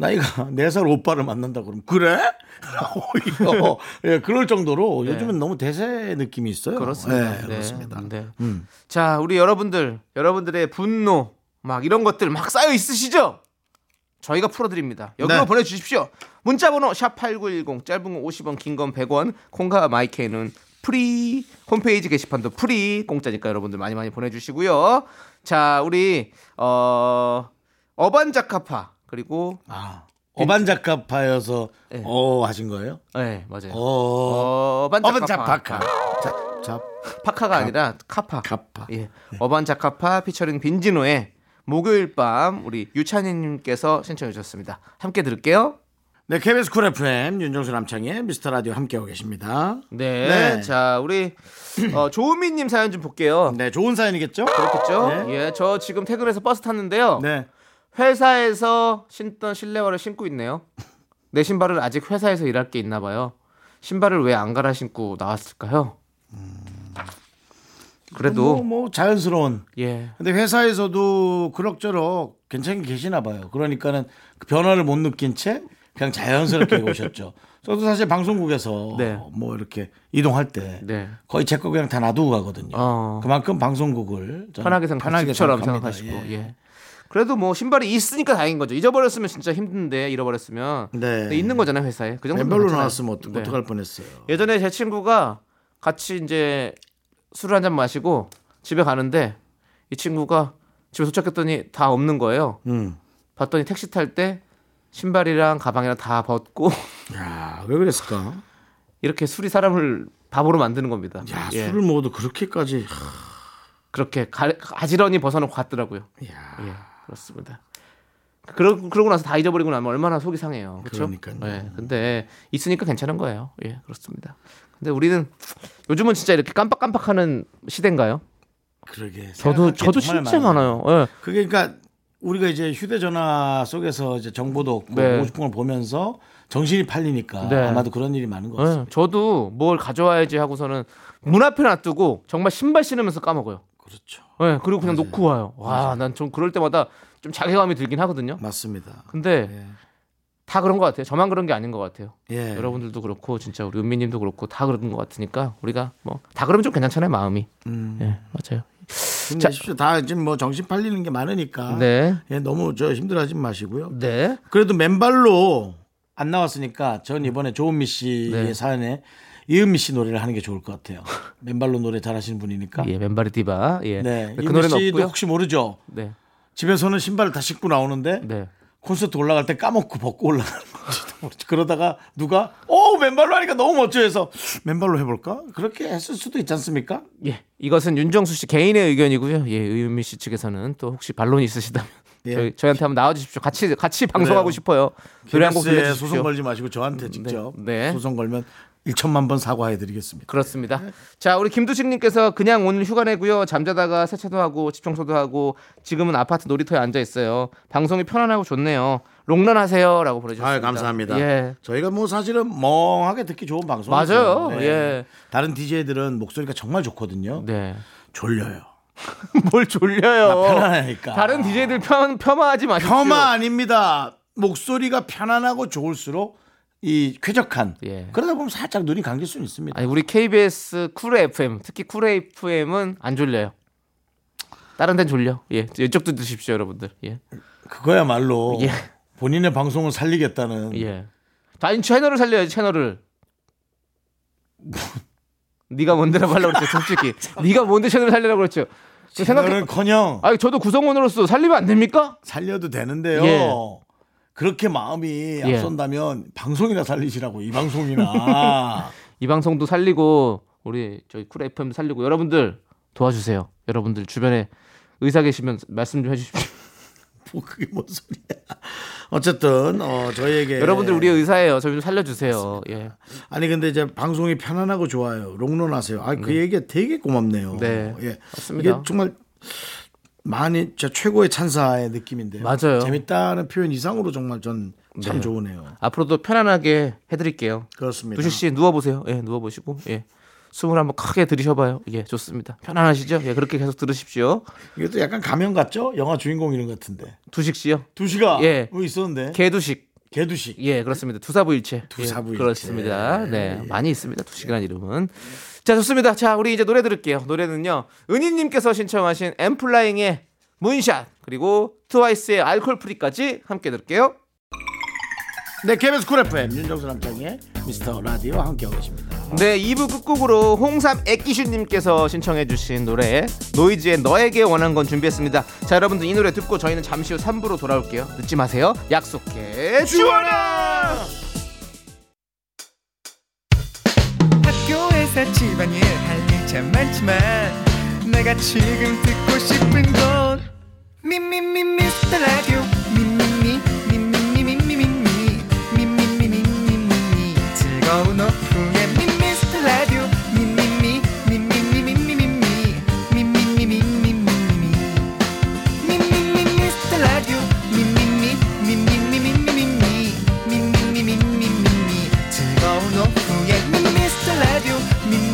[SPEAKER 2] 나이가 <laughs> 네 살 오빠를 만난다 그러면 그래? <laughs> 오히려 예, 그럴 정도로 요즘은 너무 대세 느낌이 있어요.
[SPEAKER 3] 그렇습니다.
[SPEAKER 2] 예,
[SPEAKER 3] 네,
[SPEAKER 2] 그렇습니다.
[SPEAKER 3] 네.
[SPEAKER 2] 음.
[SPEAKER 3] 자, 우리 여러분들, 여러분들의 분노, 막 이런 것들 막 쌓여 있으시죠? 저희가 풀어드립니다. 여기로
[SPEAKER 2] 네.
[SPEAKER 3] 보내주십시오. 문자번호 샵8910, 짧은 건 50원, 긴 건 100원, 콩과 마이케이는 프리, 홈페이지 게시판도 프리, 공짜니까 여러분들 많이 많이 보내주시고요. 자, 우리, 어, 어반자카파, 그리고,
[SPEAKER 2] 아, 어반자카파여서
[SPEAKER 3] 예.
[SPEAKER 2] 어 하신 거예요?
[SPEAKER 3] 예, 네, 맞아요.
[SPEAKER 2] 어.
[SPEAKER 3] 어반자카파.
[SPEAKER 2] 어반자파카. 자, 자,
[SPEAKER 3] 파카가 아니라 카파.
[SPEAKER 2] 카파.
[SPEAKER 3] 예. 어반자카파 피처링 빈지노의 목요일 밤 우리 유찬희님께서 신청해 주셨습니다. 함께 들을게요.
[SPEAKER 2] 네, KBS 쿨 FM 윤정수 남창의 미스터 라디오 함께하고 계십니다.
[SPEAKER 3] 네.
[SPEAKER 2] 네.
[SPEAKER 3] 자 우리 어, 조은미님 사연 좀 볼게요.
[SPEAKER 2] 네, 좋은 사연이겠죠?
[SPEAKER 3] 그렇겠죠?
[SPEAKER 2] 네.
[SPEAKER 3] 예. 저 지금 퇴근해서 버스 탔는데요.
[SPEAKER 2] 네.
[SPEAKER 3] 회사에서 신던 실내화를 신고 있네요. 내 신발을 아직 회사에서 일할 게 있나 봐요. 신발을 왜 안 갈아 신고 나왔을까요?
[SPEAKER 2] 음.
[SPEAKER 3] 그래도
[SPEAKER 2] 뭐, 뭐 자연스러운.
[SPEAKER 3] 예.
[SPEAKER 2] 근데 회사에서도 그럭저럭 괜찮게 계시나 봐요. 그러니까는 그 변화를 못 느낀 채 그냥
[SPEAKER 3] <laughs>
[SPEAKER 2] 자연스럽게 오셨죠. 저도 사실 방송국에서
[SPEAKER 3] 네.
[SPEAKER 2] 뭐 이렇게 이동할 때
[SPEAKER 3] 네.
[SPEAKER 2] 거의 제 거 그냥 다 놔두고 가거든요.
[SPEAKER 3] 어.
[SPEAKER 2] 그만큼 방송국을 저는
[SPEAKER 3] 편하게 생각,
[SPEAKER 2] 편하게
[SPEAKER 3] 집처럼
[SPEAKER 2] 생각합니다.
[SPEAKER 3] 생각하시고. 예. 그래도 뭐 신발이 있으니까 다행인 거죠. 잊어버렸으면 진짜 힘든데 잃어버렸으면
[SPEAKER 2] 네.
[SPEAKER 3] 근데 있는 거잖아요 회사에. 그 정도
[SPEAKER 2] 맨발로 나왔으면 어떡, 어떡할 뻔했어요.
[SPEAKER 3] 예전에 제 친구가 같이 이제 술을 한 잔 마시고 집에 가는데 이 친구가 집에 도착했더니 다 없는 거예요.
[SPEAKER 2] 음.
[SPEAKER 3] 봤더니 택시 탈 때 신발이랑 가방이랑 다 벗고 <laughs>
[SPEAKER 2] 야, 왜 그랬을까?
[SPEAKER 3] 이렇게 술이 사람을 바보로 만드는 겁니다.
[SPEAKER 2] 야,
[SPEAKER 3] 예.
[SPEAKER 2] 술을 먹어도 그렇게까지
[SPEAKER 3] 그렇게 가, 가지런히 벗어놓고 갔더라고요.
[SPEAKER 2] 야.
[SPEAKER 3] 예, 그렇습니다. 그러, 그러고 나서 다 잊어버리고 나면 얼마나 속이 상해요. 그렇죠?
[SPEAKER 2] 그러니까요.
[SPEAKER 3] 예, 근데 있으니까 괜찮은 거예요. 예, 그렇습니다. 근데 우리는 요즘은 진짜 이렇게 깜빡깜빡하는 시대인가요?
[SPEAKER 2] 그러게. 생각할
[SPEAKER 3] 저도
[SPEAKER 2] 게
[SPEAKER 3] 저도
[SPEAKER 2] 네, 정말
[SPEAKER 3] 진짜 많아요. 예.
[SPEAKER 2] 그게 그러니까 우리가 이제 휴대전화 속에서 이제 정보도 없고
[SPEAKER 3] 네.
[SPEAKER 2] 보고 싶은 걸 보면서 정신이 팔리니까
[SPEAKER 3] 네.
[SPEAKER 2] 아마도 그런 일이 많은 것
[SPEAKER 3] 예,
[SPEAKER 2] 같습니다.
[SPEAKER 3] 저도 뭘 가져와야지 하고서는 문 앞에 놔두고 정말 신발 신으면서 까먹어요.
[SPEAKER 2] 그렇죠.
[SPEAKER 3] 예, 그리고 그냥 놓고 와요. 와, 난 좀 그럴 때마다 좀 자괴감이 들긴 하거든요.
[SPEAKER 2] 맞습니다.
[SPEAKER 3] 근데
[SPEAKER 2] 예.
[SPEAKER 3] 다 그런 것 같아요. 저만 그런 게 아닌 것 같아요.
[SPEAKER 2] 예.
[SPEAKER 3] 여러분들도 그렇고 진짜 우리 은미님도 그렇고 다 그런 것 같으니까 우리가 뭐 다 그러면 좀 괜찮잖아요 마음이.
[SPEAKER 2] 음.
[SPEAKER 3] 예 맞아요.
[SPEAKER 2] 힘내십시오. 다 지금 뭐 정신 팔리는 게 많으니까.
[SPEAKER 3] 네.
[SPEAKER 2] 예, 너무 저 힘들어하지 마시고요.
[SPEAKER 3] 네.
[SPEAKER 2] 그래도 맨발로 안 나왔으니까 전 이번에 조은미 씨의
[SPEAKER 3] 네.
[SPEAKER 2] 사연에 이은미 씨 노래를 하는 게 좋을 것 같아요. 맨발로 노래 잘하시는 분이니까.
[SPEAKER 3] 예 맨발의 디바. 예.
[SPEAKER 2] 네. 이은미
[SPEAKER 3] 그 노래는
[SPEAKER 2] 씨도
[SPEAKER 3] 없고요.
[SPEAKER 2] 혹시 모르죠.
[SPEAKER 3] 네.
[SPEAKER 2] 집에서는 신발을 다 신고 나오는데
[SPEAKER 3] 네.
[SPEAKER 2] 콘서트 올라갈 때 까먹고 벗고 올라가는 <laughs> 건지도 모르지. 그러다가 누가 어 맨발로 하니까 너무 멋져해서 맨발로 해볼까? 그렇게 했을 수도 있지 않습니까?
[SPEAKER 3] 예. 이것은 윤정수 씨 개인의 의견이고요. 예 의은미 씨 측에서는 또 혹시 반론이 있으시다면
[SPEAKER 2] 예.
[SPEAKER 3] 저희, 저희한테 한번 나와주십시오. 같이 같이 방송하고 싶어요. 노래 한곡
[SPEAKER 2] KBS 에
[SPEAKER 3] 불러주십시오.
[SPEAKER 2] 소송 걸지 마시고 저한테 직접
[SPEAKER 3] 네.
[SPEAKER 2] 소송 걸면 1천만 번 사과해드리겠습니다.
[SPEAKER 3] 그렇습니다. 자, 우리 김두식님께서 그냥 오늘 휴가 내고요. 잠자다가 세차도 하고 집 청소도 하고 지금은 아파트 놀이터에 앉아 있어요. 방송이 편안하고 좋네요. 롱런 하세요라고 보내주셨습니다.
[SPEAKER 2] 아 감사합니다.
[SPEAKER 3] 예.
[SPEAKER 2] 저희가 뭐 사실은 멍하게 듣기 좋은 방송
[SPEAKER 3] 맞아요. 예.
[SPEAKER 2] 다른 DJ들은 목소리가 정말 좋거든요. <laughs>
[SPEAKER 3] 네.
[SPEAKER 2] 졸려요.
[SPEAKER 3] 뭘 졸려요.
[SPEAKER 2] 나 편안하니까.
[SPEAKER 3] 다른 DJ들 편, 폄하하지 마십시오.
[SPEAKER 2] 폄하 아닙니다. 목소리가 편안하고 좋을수록 이 쾌적한.
[SPEAKER 3] 예.
[SPEAKER 2] 그러다 보면 살짝 눈이 감길 수는 있습니다.
[SPEAKER 3] 아니, 우리 KBS 쿨 FM, 특히 쿨 FM은 안 졸려요. 다른 데는 졸려. 예. 이쪽도 드십시오, 여러분들. 예.
[SPEAKER 2] 그거야말로
[SPEAKER 3] 예.
[SPEAKER 2] 본인의 방송을 살리겠다는
[SPEAKER 3] 예. 아니, 채널을 살려야지, 채널을. <laughs> 네가 뭔데라고 하려고 그랬죠,
[SPEAKER 2] <laughs>
[SPEAKER 3] 솔직히. 네가 뭔데 채널을 살리라고 그랬죠. 생각해.
[SPEAKER 2] 생각은커녕
[SPEAKER 3] 아니, 저도 구성원으로서 살리면 안 됩니까?
[SPEAKER 2] 살려도 되는데요.
[SPEAKER 3] 예.
[SPEAKER 2] 그렇게 마음이 앞선다면 방송이나 살리시라고 이
[SPEAKER 3] <laughs>
[SPEAKER 2] 방송이나
[SPEAKER 3] 이 방송도 살리고 우리 저희 쿨 FM 살리고 여러분들 도와주세요. 여러분들 주변에 의사 계시면 말씀 좀 해주십시오.
[SPEAKER 2] 뭐 그게 뭔 소리야? 어쨌든 어, 저희에게
[SPEAKER 3] 여러분들 우리 의사예요. 저희 좀 살려주세요. 예.
[SPEAKER 2] 아니 근데 이제 방송이 편안하고 좋아요. 롱런하세요. 아 그 얘기 되게 고맙네요.
[SPEAKER 3] 네.
[SPEAKER 2] 예.
[SPEAKER 3] 맞습니다.
[SPEAKER 2] 이게 정말 많이 제 최고의 찬사의 느낌인데요.
[SPEAKER 3] 맞아요.
[SPEAKER 2] 재밌다는 표현 이상으로 정말 전 참
[SPEAKER 3] 네.
[SPEAKER 2] 좋으네요.
[SPEAKER 3] 앞으로도 편안하게 해드릴게요.
[SPEAKER 2] 그렇습니다.
[SPEAKER 3] 두식 씨 누워보세요. 예, 누워보시고 예. 숨을 한번 크게 들이셔봐요. 예, 좋습니다. 편안하시죠? 예, 그렇게 계속 들으십시오.
[SPEAKER 2] 이것도 약간 가면 같죠? 영화 주인공 이름 같은데.
[SPEAKER 3] 두식 씨요.
[SPEAKER 2] 두시가
[SPEAKER 3] 예.
[SPEAKER 2] 뭐 있었는데.
[SPEAKER 3] 개두식.
[SPEAKER 2] 개두식.
[SPEAKER 3] 예, 그렇습니다. 두사부일체.
[SPEAKER 2] 두사부일체.
[SPEAKER 3] 예, 그렇습니다. 네, 많이 있습니다. 두식이라는 이름은. 자, 좋습니다. 자, 우리 이제 노래 들을게요. 노래는요. 은희님께서 신청하신 엠플라잉의 문샷 그리고 트와이스의 알콜 프리까지 함께 들을게요.
[SPEAKER 2] 네, KBS 쿨 FM 윤정수 남창의 미스터 라디오 함께하고 계십니다.
[SPEAKER 3] 네, 2부 끝곡으로 홍삼 액기슈님께서 신청해주신 노래 노이즈의 너에게 원한 건 준비했습니다. 자, 여러분들 이 노래 듣고 저희는 잠시 후 3부로 돌아올게요. 늦지 마세요. 약속해 주원아.
[SPEAKER 6] 학교에서 집안일 할 일 참 많지만 내가 지금 듣고 싶은 건 미미미 미스터 라디오 미미미 미미미미미미 미미미미미미 즐거운 오후에 미스터 라디오 미미미 미미미미미미 미미미미미미미 미미미 미스터 라디오 미미미 미미미미미미 미미미미미미 즐거운 오후에 미스터 라디오 미미미 미미미미미미 미미미미미미미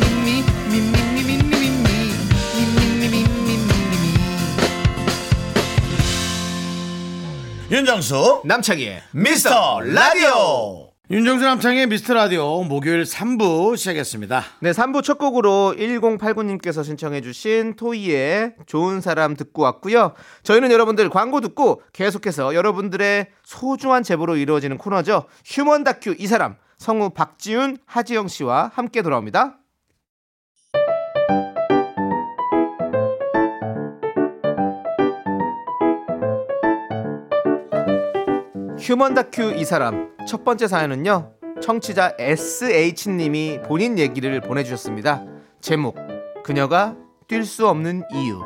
[SPEAKER 2] 윤정수
[SPEAKER 3] 남창희의
[SPEAKER 2] 미스터 라디오 윤정수 남창의 미스터 라디오 목요일 3부 시작했습니다.
[SPEAKER 3] 네, 3부 첫 곡으로 1089님께서 신청해주신 토이의 좋은 사람 듣고 왔고요. 저희는 여러분들 광고 듣고 계속해서 여러분들의 소중한 제보로 이루어지는 코너죠. 휴먼 다큐 이 사람 성우 박지훈, 하지영 씨와 함께 돌아옵니다. 휴먼 다큐 이 사람 첫 번째 사연은요 청취자 SH님이 본인 얘기를 보내주셨습니다 제목 그녀가 뛸 수 없는 이유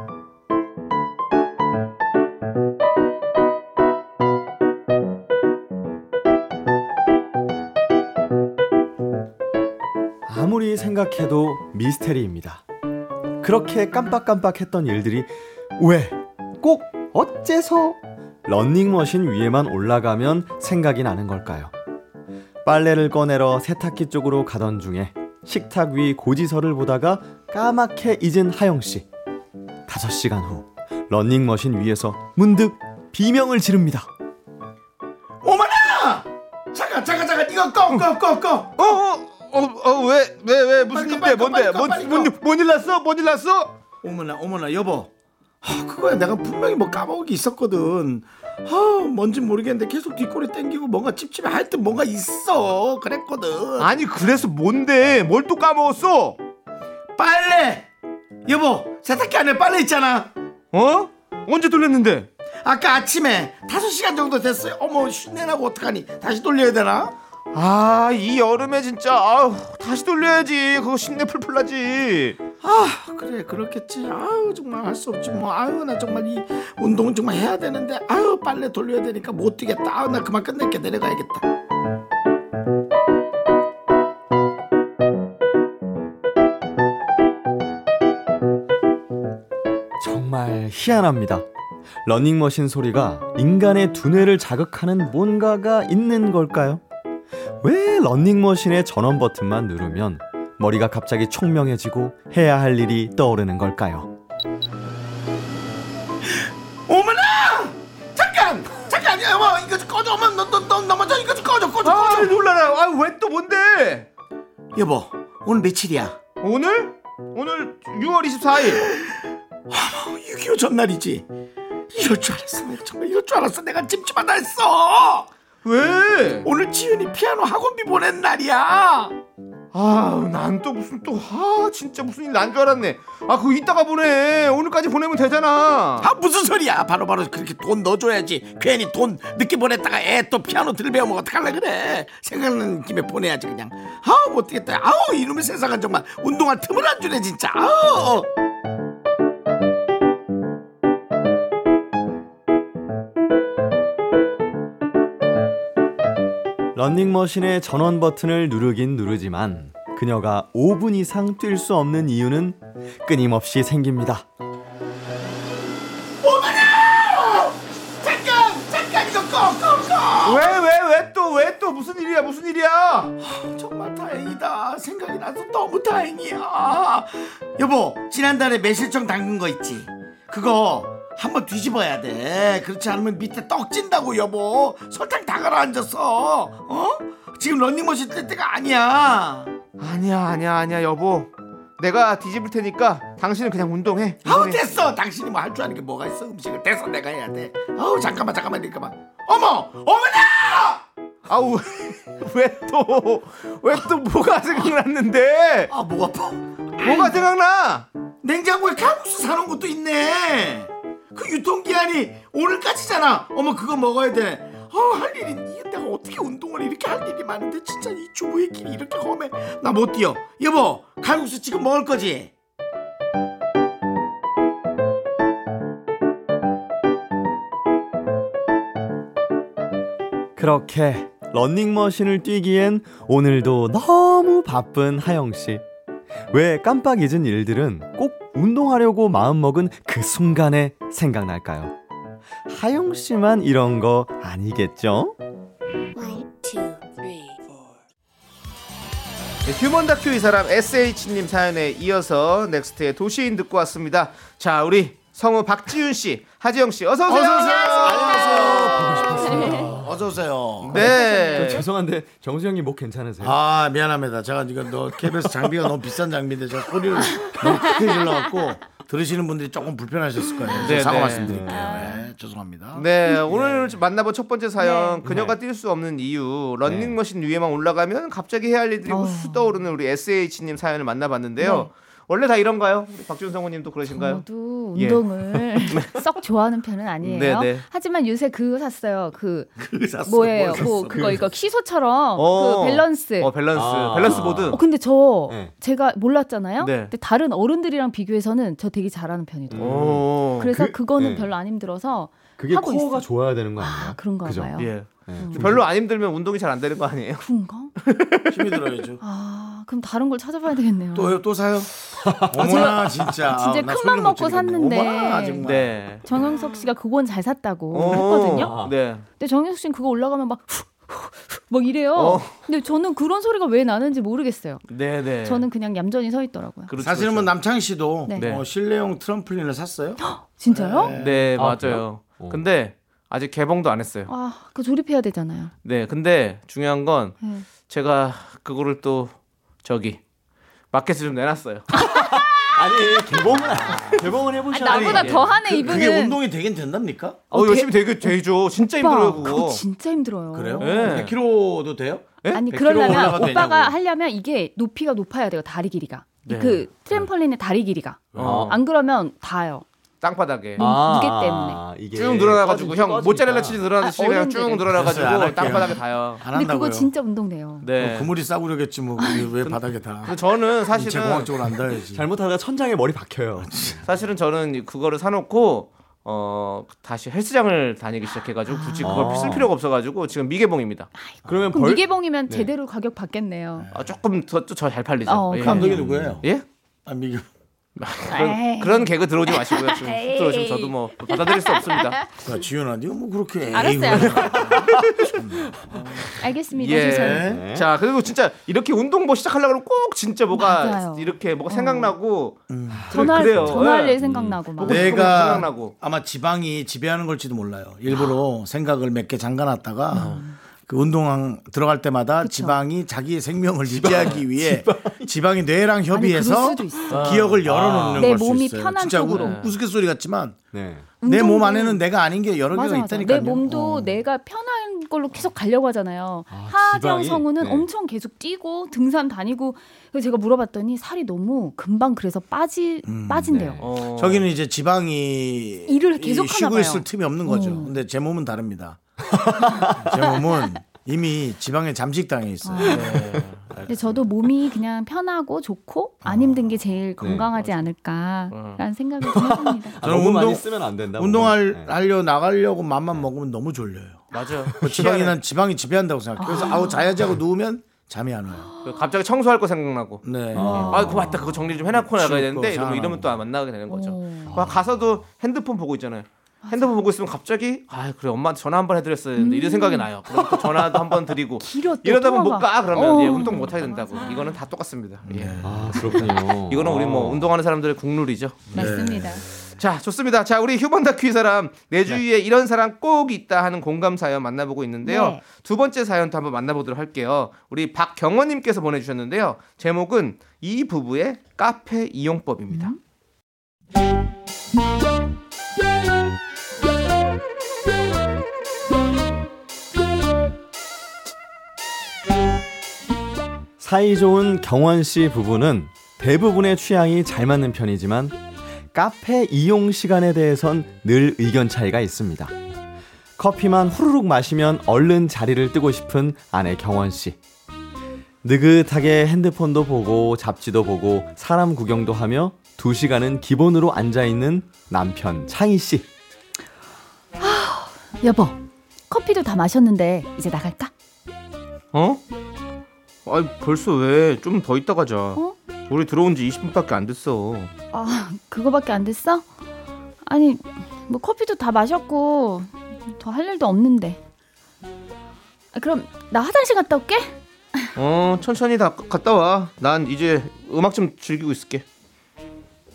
[SPEAKER 7] 아무리 생각해도 미스테리입니다. 그렇게 깜빡깜빡했던 일들이 왜? 꼭 어째서? 런닝머신 위에만 올라가면 생각이 나는 걸까요? 빨래를 꺼내러 세탁기 쪽으로 가던 중에 식탁 위 고지서를 보다가 까맣게 잊은 하영씨. 5시간 후, 런닝머신 위에서 문득 비명을 지릅니다.
[SPEAKER 2] 오마나! 잠깐 잠깐 잠깐 이거 꺼꺼꺼꺼
[SPEAKER 3] 어, 어어어왜왜왜 왜, 왜, 무슨
[SPEAKER 2] 빨리
[SPEAKER 3] 일인데
[SPEAKER 2] 꺼, 빨리
[SPEAKER 3] 뭔데
[SPEAKER 2] 꺼, 빨리 꺼.
[SPEAKER 3] 뭔뭔일 났어 뭔일 났어
[SPEAKER 2] 오마나 오마나 여보 아, 그거야 내가 분명히 뭐 까먹은 게 있었거든. 아 뭔진 모르겠는데 계속 뒷골이 땡기고 뭔가 찝찝해 하여튼 뭔가 있어 그랬거든.
[SPEAKER 3] 아니 그래서 뭔데 뭘 또 까먹었어
[SPEAKER 2] 빨래 여보 세탁기 안에 빨래 있잖아.
[SPEAKER 3] 어 언제 돌렸는데
[SPEAKER 2] 아까 아침에 5시간 정도 됐어요. 어머, 쉰내나고 어떡하니? 다시 돌려야 되나?
[SPEAKER 3] 아 이 여름에 진짜 아우 다시 돌려야지 그거 신내 풀풀 나지
[SPEAKER 2] 아, 그래, 그렇겠지. 아유, 정말 할 수 없지. 뭐, 아유, 나 정말 이 운동은 정말 해야 되는데, 아유, 빨래 돌려야 되니까 못 뛰겠다. 아유, 나 그만 끝낼게. 내려가야겠다.
[SPEAKER 7] 정말 희한합니다. 러닝머신 소리가 인간의 두뇌를 자극하는 뭔가가 있는 걸까요? 왜 러닝머신의 전원 버튼만 누르면 머리가 갑자기 총명해지고 해야 할 일이 떠오르는 걸까요?
[SPEAKER 2] 어머나! 잠깐! 잠깐! 야, 뭐, 이거 좀 꺼줘. 엄마, 너, 너, 너, 넘어져. 이거 좀 꺼줘, 꺼줘,
[SPEAKER 3] 아,
[SPEAKER 2] 꺼줘.
[SPEAKER 3] 놀라라. 아, 왜 또 뭔데?
[SPEAKER 2] 여보, 오늘 며칠이야?
[SPEAKER 3] 오늘? 오늘 6월 24일.
[SPEAKER 2] 6.25 전날이지. 이럴 줄 알았어. 내가 정말 이럴 줄 알았어. 내가 찜찜하다 했어.
[SPEAKER 3] 왜?
[SPEAKER 2] 오늘 지은이 피아노 학원비 보낸 날이야.
[SPEAKER 3] 아, 난 또 무슨 또, 아, 진짜 무슨 일 난 줄 알았네. 아, 그거 이따가 보내. 오늘까지 보내면 되잖아.
[SPEAKER 2] 아 무슨 소리야? 바로바로 그렇게 돈 넣어줘야지. 괜히 돈 늦게 보냈다가 애 또 피아노 들배우면 어떡할래 그래. 생각나는 김에 보내야지 그냥. 아우 못되겠다. 아우 이놈의 세상은 정말 운동할 틈을 안 주네 진짜. 아우.
[SPEAKER 7] 러닝머신의 전원 버튼을 누르긴 누르지만 그녀가 5분 이상 뛸 수 없는 이유는 끊임없이 생깁니다.
[SPEAKER 2] 잠깐 잠깐 이거 꺼꺼꺼.
[SPEAKER 3] 왜, 왜, 왜 또, 왜 또, 무슨 일이야, 무슨 일이야?
[SPEAKER 2] 정말 다행이다. 생각이 나서 너무 다행이야. 여보 지난달에 매실청 담근 거 있지. 그거 한번 뒤집어야 돼. 그렇지 않으면 밑에 떡진다고 여보. 설탕 다 가라앉았어. 어? 지금 런닝머신 뜰 때가 아니야.
[SPEAKER 3] 아니야, 아니야, 아니야, 여보. 내가 뒤집을 테니까 당신은 그냥 운동해.
[SPEAKER 2] 아우
[SPEAKER 3] 운동해.
[SPEAKER 2] 됐어. 당신이 뭐 할 줄 아는 게 뭐가 있어? 음식을 됐어 내가 해야 돼. 아우 잠깐만 잠깐만 잠깐만. 어머 어머나!
[SPEAKER 3] 아우 <laughs> 왜 또 왜 또 뭐가 생각났는데
[SPEAKER 2] 아 목 아파.
[SPEAKER 3] 뭐가 생각나
[SPEAKER 2] 냉장고에 칼국수 사놓은 것도 있네. 그 유통기한이 오늘까지잖아. 어머 그거 먹어야 돼. 아할 일이 이게 내가 어떻게 운동을 이렇게 할 일이 많은데 진짜 이 주부의 길이 이렇게 험해. 나 못 뛰어. 여보 칼국수 지금 먹을 거지?
[SPEAKER 7] 그렇게 러닝머신을 뛰기엔 오늘도 너무 바쁜 하영 씨. 왜 깜빡 잊은 일들은 꼭 운동하려고 마음먹은 그 순간에 생각날까요? 하영 씨만 이런 거 아니겠죠?
[SPEAKER 3] 네, 휴먼 다큐 이 사람 SH님 사연에 이어서 넥스트의 도시인 듣고 왔습니다 자 우리 성우 박지윤 씨 하지영 씨 어서 오세요
[SPEAKER 2] 어서 오세요.
[SPEAKER 3] 네
[SPEAKER 7] 죄송한데 정수영님 목 괜찮으세요?
[SPEAKER 2] 아 미안합니다. 제가 지금 너 KBS 장비가 너무 비싼 장비인데 제가 소리를 너무 크게 질러갖고 들으시는 분들이 조금 불편하셨을 거예요.
[SPEAKER 3] 네,
[SPEAKER 2] 사과
[SPEAKER 3] 네.
[SPEAKER 2] 말씀드릴게요. 네, 죄송합니다.
[SPEAKER 3] 네 오늘 만나본 첫 번째 사연 그녀가 뛸 수 없는 이유 런닝머신 위에만 올라가면 갑자기 해야 할
[SPEAKER 8] 아.
[SPEAKER 3] 일들이 우수 떠오르는 우리 SH님 사연을 만나봤는데요 원래 다 이런가요 우리 박지윤 성우님도 그러신가요
[SPEAKER 8] 네. 저도
[SPEAKER 3] 예.
[SPEAKER 2] <laughs>
[SPEAKER 8] 운동을
[SPEAKER 2] 네.
[SPEAKER 8] 썩 좋아하는 편은 아니에요.
[SPEAKER 3] 네, 네.
[SPEAKER 8] 하지만 요새 그거 샀어요. 그
[SPEAKER 2] <laughs> 그 샀어,
[SPEAKER 8] 뭐예요?
[SPEAKER 2] 뭘
[SPEAKER 8] 뭐
[SPEAKER 2] 샀어.
[SPEAKER 8] 그거 이거 키소처럼
[SPEAKER 3] 어.
[SPEAKER 8] 그 밸런스.
[SPEAKER 3] 어 밸런스
[SPEAKER 7] 아.
[SPEAKER 3] 밸런스 보드
[SPEAKER 8] 어, 근데 저
[SPEAKER 7] 네.
[SPEAKER 8] 제가 몰랐잖아요.
[SPEAKER 3] 네.
[SPEAKER 8] 근데 다른 어른들이랑 비교해서는 저 되게 잘하는 편이더라고요.
[SPEAKER 2] 음. 어,
[SPEAKER 3] 오.
[SPEAKER 8] 그래서
[SPEAKER 7] 그-
[SPEAKER 8] 그, 거는
[SPEAKER 7] 네.
[SPEAKER 8] 별로 안 힘들어서
[SPEAKER 7] 그게
[SPEAKER 8] 하고
[SPEAKER 7] 코어가
[SPEAKER 8] 있어요.
[SPEAKER 7] 좋아야 되는 거 아니에요?
[SPEAKER 8] 아, 그런가
[SPEAKER 7] 그죠?
[SPEAKER 8] 봐요.
[SPEAKER 3] 예.
[SPEAKER 7] 네.
[SPEAKER 3] 별로 안 힘들면 운동이 잘 안 되는 거 아니에요?
[SPEAKER 8] 그런가?
[SPEAKER 2] <laughs> 힘이 들어야죠.
[SPEAKER 8] 아, 그럼 다른 걸 찾아봐야 되겠네요.
[SPEAKER 2] 어, 또요 또 사요? 어머나 진짜.
[SPEAKER 8] 진짜
[SPEAKER 2] 나
[SPEAKER 8] 큰맘
[SPEAKER 2] 소리를 못
[SPEAKER 8] 먹고
[SPEAKER 2] 지르겠네.
[SPEAKER 8] 샀는데.
[SPEAKER 2] 어머나 정말.
[SPEAKER 3] 네.
[SPEAKER 8] 정영석 씨가 그건 잘 샀다고 했거든요.
[SPEAKER 3] 어, 네.
[SPEAKER 8] 근데 정영석 씨는 그거 올라가면 막, 후, 후, 후, 막 이래요.
[SPEAKER 3] 어.
[SPEAKER 8] 근데 저는 그런 소리가 왜 나는지 모르겠어요.
[SPEAKER 3] 네, 네.
[SPEAKER 8] 저는 그냥 얌전히 서 있더라고요.
[SPEAKER 3] 그렇죠,
[SPEAKER 2] 사실은 뭐 남창희 씨도
[SPEAKER 8] 네.
[SPEAKER 2] 어, 실내용 트램플린을 샀어요.
[SPEAKER 8] 진짜요?
[SPEAKER 3] 그렇죠. 네,
[SPEAKER 7] 아,
[SPEAKER 3] 맞아요.
[SPEAKER 7] 그래요? 어.
[SPEAKER 3] 근데 아직 개봉도 안 했어요.
[SPEAKER 8] 아, 그거 조립해야 되잖아요.
[SPEAKER 3] 네. 근데 중요한 건
[SPEAKER 8] 네.
[SPEAKER 3] 제가 그거를 또 저기 마켓에 좀 내놨어요.
[SPEAKER 8] 아,
[SPEAKER 7] 아니 개봉은 안- 개봉은 해보셔야
[SPEAKER 8] 나보다 더 하네 이분은.
[SPEAKER 2] 그게 운동이 되긴 된답니까?
[SPEAKER 3] 어, 열심히 되게 되죠. 진짜
[SPEAKER 8] 오빠,
[SPEAKER 3] 힘들어요, 그거.
[SPEAKER 8] 그거 진짜 힘들어요.
[SPEAKER 2] 그래요?
[SPEAKER 3] 네.
[SPEAKER 2] 100kg도 돼요?
[SPEAKER 3] 네?
[SPEAKER 8] 아니
[SPEAKER 2] 100kg
[SPEAKER 8] 그러려면
[SPEAKER 2] 올라가도
[SPEAKER 8] 오빠가
[SPEAKER 2] 되냐고.
[SPEAKER 8] 하려면 이게 높이가 높아야 돼요 다리 길이가 이
[SPEAKER 3] 네.
[SPEAKER 8] 그 트램펄린의 다리 길이가
[SPEAKER 3] 어,
[SPEAKER 8] 안 그러면 다아요 네,
[SPEAKER 3] 땅바닥에.
[SPEAKER 7] 아,
[SPEAKER 2] 아.
[SPEAKER 8] 무게 때문에.
[SPEAKER 7] 이게
[SPEAKER 3] 쭉 늘어나가지고 형 모짜렐라 치즈 늘어나듯이
[SPEAKER 8] 예. 아,
[SPEAKER 3] 그냥
[SPEAKER 8] 어른들은
[SPEAKER 2] 그래서 안
[SPEAKER 3] 쭉 늘어나가지고
[SPEAKER 2] 할게요.
[SPEAKER 3] 땅바닥에 닿아요.
[SPEAKER 2] 안
[SPEAKER 8] 근데
[SPEAKER 2] 한다고요. 뭐
[SPEAKER 8] 그거 진짜 운동돼요
[SPEAKER 3] 네.
[SPEAKER 2] 그물이 싸구려겠지 뭐. 그게 왜 바닥에 다.
[SPEAKER 3] 근데 저는
[SPEAKER 2] 인체
[SPEAKER 3] 사실은
[SPEAKER 2] 공학적으로 안 닿아야지.
[SPEAKER 7] 잘못하다가 천장에 머리 박혀요.
[SPEAKER 2] 아,
[SPEAKER 3] 사실은 저는 그거를 사놓고 어 다시 헬스장을 다니기 시작해가지고 굳이 그걸
[SPEAKER 7] 아.
[SPEAKER 3] 쓸 필요가 없어가지고 지금 미개봉입니다.
[SPEAKER 7] 그러면
[SPEAKER 8] 그럼
[SPEAKER 7] 벌
[SPEAKER 8] 미개봉이면
[SPEAKER 7] 네.
[SPEAKER 8] 제대로 가격 받겠네요
[SPEAKER 3] 아, 조금 더잘 팔리죠.
[SPEAKER 8] 어,
[SPEAKER 3] 예.
[SPEAKER 8] 그럼요.
[SPEAKER 2] 감독이 누구예요?
[SPEAKER 3] 예?
[SPEAKER 2] 네. 아 미교.
[SPEAKER 3] 그런, 그런 개그 들어오지
[SPEAKER 8] <laughs>
[SPEAKER 3] 마시고요. 지금 들어오시면 저도 뭐 받아들일 수 없습니다.
[SPEAKER 2] 야, 지윤아, 네가 뭐 그렇게. 에이,
[SPEAKER 8] 알았어요. 알겠습니다.
[SPEAKER 3] 예.
[SPEAKER 8] 선생님.
[SPEAKER 7] 네.
[SPEAKER 3] 자, 그리고 진짜 이렇게 운동 뭐 시작하려고 그러면 꼭 진짜 뭐가
[SPEAKER 8] 맞아요.
[SPEAKER 3] 이렇게 뭐가
[SPEAKER 8] 어.
[SPEAKER 3] 생각나고
[SPEAKER 2] 음.
[SPEAKER 8] 전화
[SPEAKER 3] 그래요.
[SPEAKER 8] 전화할
[SPEAKER 3] 예.
[SPEAKER 8] 일 생각나고 막.
[SPEAKER 3] 보고
[SPEAKER 2] 네,
[SPEAKER 3] 싶은 거
[SPEAKER 2] 내가
[SPEAKER 3] 생각나고.
[SPEAKER 2] 아마 지방이 지배하는 걸지도 몰라요. 일부러 생각을 몇 개 잠가놨다가
[SPEAKER 8] 음.
[SPEAKER 2] 그 운동장 들어갈 때마다 지방이 자기의 생명을 유지하기 위해 지방이 뇌랑 협의해서
[SPEAKER 8] 그럴 수도 있어. 아.
[SPEAKER 2] 기억을 열어놓는
[SPEAKER 8] 내
[SPEAKER 2] 걸수
[SPEAKER 8] 몸이
[SPEAKER 2] 있어요.
[SPEAKER 8] 편한
[SPEAKER 2] 진짜
[SPEAKER 8] 쪽으로.
[SPEAKER 2] 우- 우스갯소리 같지만
[SPEAKER 7] 네.
[SPEAKER 2] 내 몸
[SPEAKER 8] 운동도-
[SPEAKER 2] 안에는 내가 아닌 게 여러
[SPEAKER 8] 맞아
[SPEAKER 2] 개가
[SPEAKER 8] 맞아.
[SPEAKER 2] 있다니까요.
[SPEAKER 8] 내 몸도
[SPEAKER 2] 어.
[SPEAKER 8] 내가 편한 걸로 계속 가려고 하잖아요.
[SPEAKER 7] 지방이?
[SPEAKER 8] 하정 성우는
[SPEAKER 7] 네.
[SPEAKER 8] 엄청 계속 뛰고 등산 다니고 그래서 제가 물어봤더니 살이 너무 금방 그래서 빠지 빠진대요.
[SPEAKER 7] 네.
[SPEAKER 3] 어.
[SPEAKER 2] 저기는 이제 지방이
[SPEAKER 8] 일을 계속
[SPEAKER 2] 이 쉬고
[SPEAKER 8] 하나 봐요.
[SPEAKER 2] 있을 틈이 없는 거죠.
[SPEAKER 8] 어.
[SPEAKER 2] 근데 제 몸은 다릅니다. 제 몸은 이미 지방에 잠식당해 있어요.
[SPEAKER 8] 근데 저도 몸이 그냥 편하고 좋고 안 힘든 게 제일 건강하지 않을까라는 생각을 좀 해봅니다.
[SPEAKER 7] 아,
[SPEAKER 2] 저는
[SPEAKER 7] 너무 많이
[SPEAKER 2] 운동-
[SPEAKER 7] 쓰면 안 된다.
[SPEAKER 2] 운동할
[SPEAKER 7] 몸을. 네.
[SPEAKER 2] 하려 나가려고 맘만 먹으면 너무 졸려요. <laughs> 그
[SPEAKER 3] 맞아.
[SPEAKER 2] 지방이
[SPEAKER 3] 그
[SPEAKER 2] 난 지방이 지배한다고 생각해. 그래서 아우 자야지 하고 누우면 잠이 안 와요.
[SPEAKER 3] 갑자기 청소할 거 생각나고.
[SPEAKER 2] 네.
[SPEAKER 3] 아, 그거 맞다. 그거 정리 좀 해놓고 나가야
[SPEAKER 2] 그거
[SPEAKER 3] 되는데 이러면, 이러면 또 안 만나게 되는 거죠. 아, 가서도 핸드폰 보고 있잖아요. 핸드폰 보고 있으면 갑자기 아 그래 엄마한테 전화 한 번 해드렸어야 했는데
[SPEAKER 8] 음.
[SPEAKER 3] 이런 생각이 나요. 그럼 또 전화도 한 번 드리고
[SPEAKER 8] <laughs> 길어, 또
[SPEAKER 3] 이러다 보면
[SPEAKER 8] 통화가.
[SPEAKER 3] 못 가 그러면
[SPEAKER 8] 어.
[SPEAKER 3] 예, 운동 못 하게 된다고. 이거는 다 똑같습니다. 예.
[SPEAKER 7] 아, 그렇군요.
[SPEAKER 3] 이거는 우리 뭐 운동하는 사람들의 국룰이죠.
[SPEAKER 8] 맞습니다.
[SPEAKER 3] 자 좋습니다. 자 우리 휴먼 다큐 이 사람
[SPEAKER 8] 네.
[SPEAKER 3] 내 주위에 이런 사람 꼭 있다 하는 공감 사연 만나보고 있는데요.
[SPEAKER 8] 네.
[SPEAKER 3] 두 번째 사연도 한번 만나보도록 할게요. 우리 박경원님께서 보내주셨는데요. 제목은 이 부부의 카페 이용법입니다.
[SPEAKER 8] 음?
[SPEAKER 7] 사이좋은 경원 씨 부부는 대부분의 취향이 잘 맞는 편이지만 카페 이용 시간에 대해선 늘 의견 차이가 있습니다. 커피만 후루룩 마시면 얼른 자리를 뜨고 싶은 아내 경원 씨. 느긋하게 핸드폰도 보고 잡지도 보고 사람 구경도 하며 두 시간은 기본으로 앉아 있는 남편 창희 씨.
[SPEAKER 8] 여보, 커피도 다 마셨는데 이제 나갈까?
[SPEAKER 3] 어? 아 벌써 왜 좀 더 있다 가자.
[SPEAKER 8] 어?
[SPEAKER 3] 우리 들어온 지 20분밖에 안 됐어.
[SPEAKER 8] 아, 그거밖에 안 됐어? 아니, 뭐 커피도 다 마셨고 더 할 일도 없는데. 아, 그럼 나 화장실 갔다 올게.
[SPEAKER 3] 어 천천히 다 가- 갔다 와. 난 이제 음악 좀 즐기고 있을게.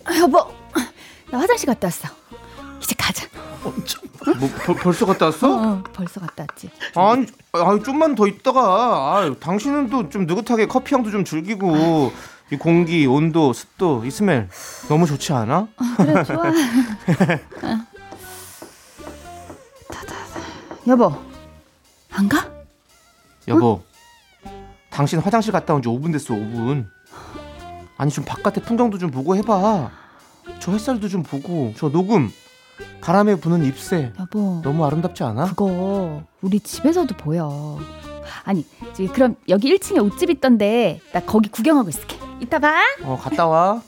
[SPEAKER 8] 아, 여보, 나 화장실 갔다 왔어. 이제 가자.
[SPEAKER 3] 뭐 벌- 벌써 갔다 왔어?
[SPEAKER 8] 어, 벌써 갔다 왔지.
[SPEAKER 3] 아니, 아니 좀만 더 있다가 아유, 당신은 또 좀 느긋하게 커피 향도 좀 즐기고 이 공기, 온도, 습도, 이 스멜 너무 좋지 않아?
[SPEAKER 8] 그래 좋아. 응. 다, 다, 다. 여보, 안 가?
[SPEAKER 3] 여보, 당신 화장실 갔다 온 지 5분 됐어, 5분. 아니 좀 바깥에 풍경도 좀 보고 해봐. 저 햇살도 좀 보고 저 녹음, 바람에 부는 잎새
[SPEAKER 8] 여보,
[SPEAKER 3] 너무 아름답지 않아?
[SPEAKER 8] 그거 우리 집에서도 보여. 아니, 저기 그럼 여기 1층에 옷집 있던데 나 거기 구경하고 있을게. 이따 봐.
[SPEAKER 3] 어 갔다 와.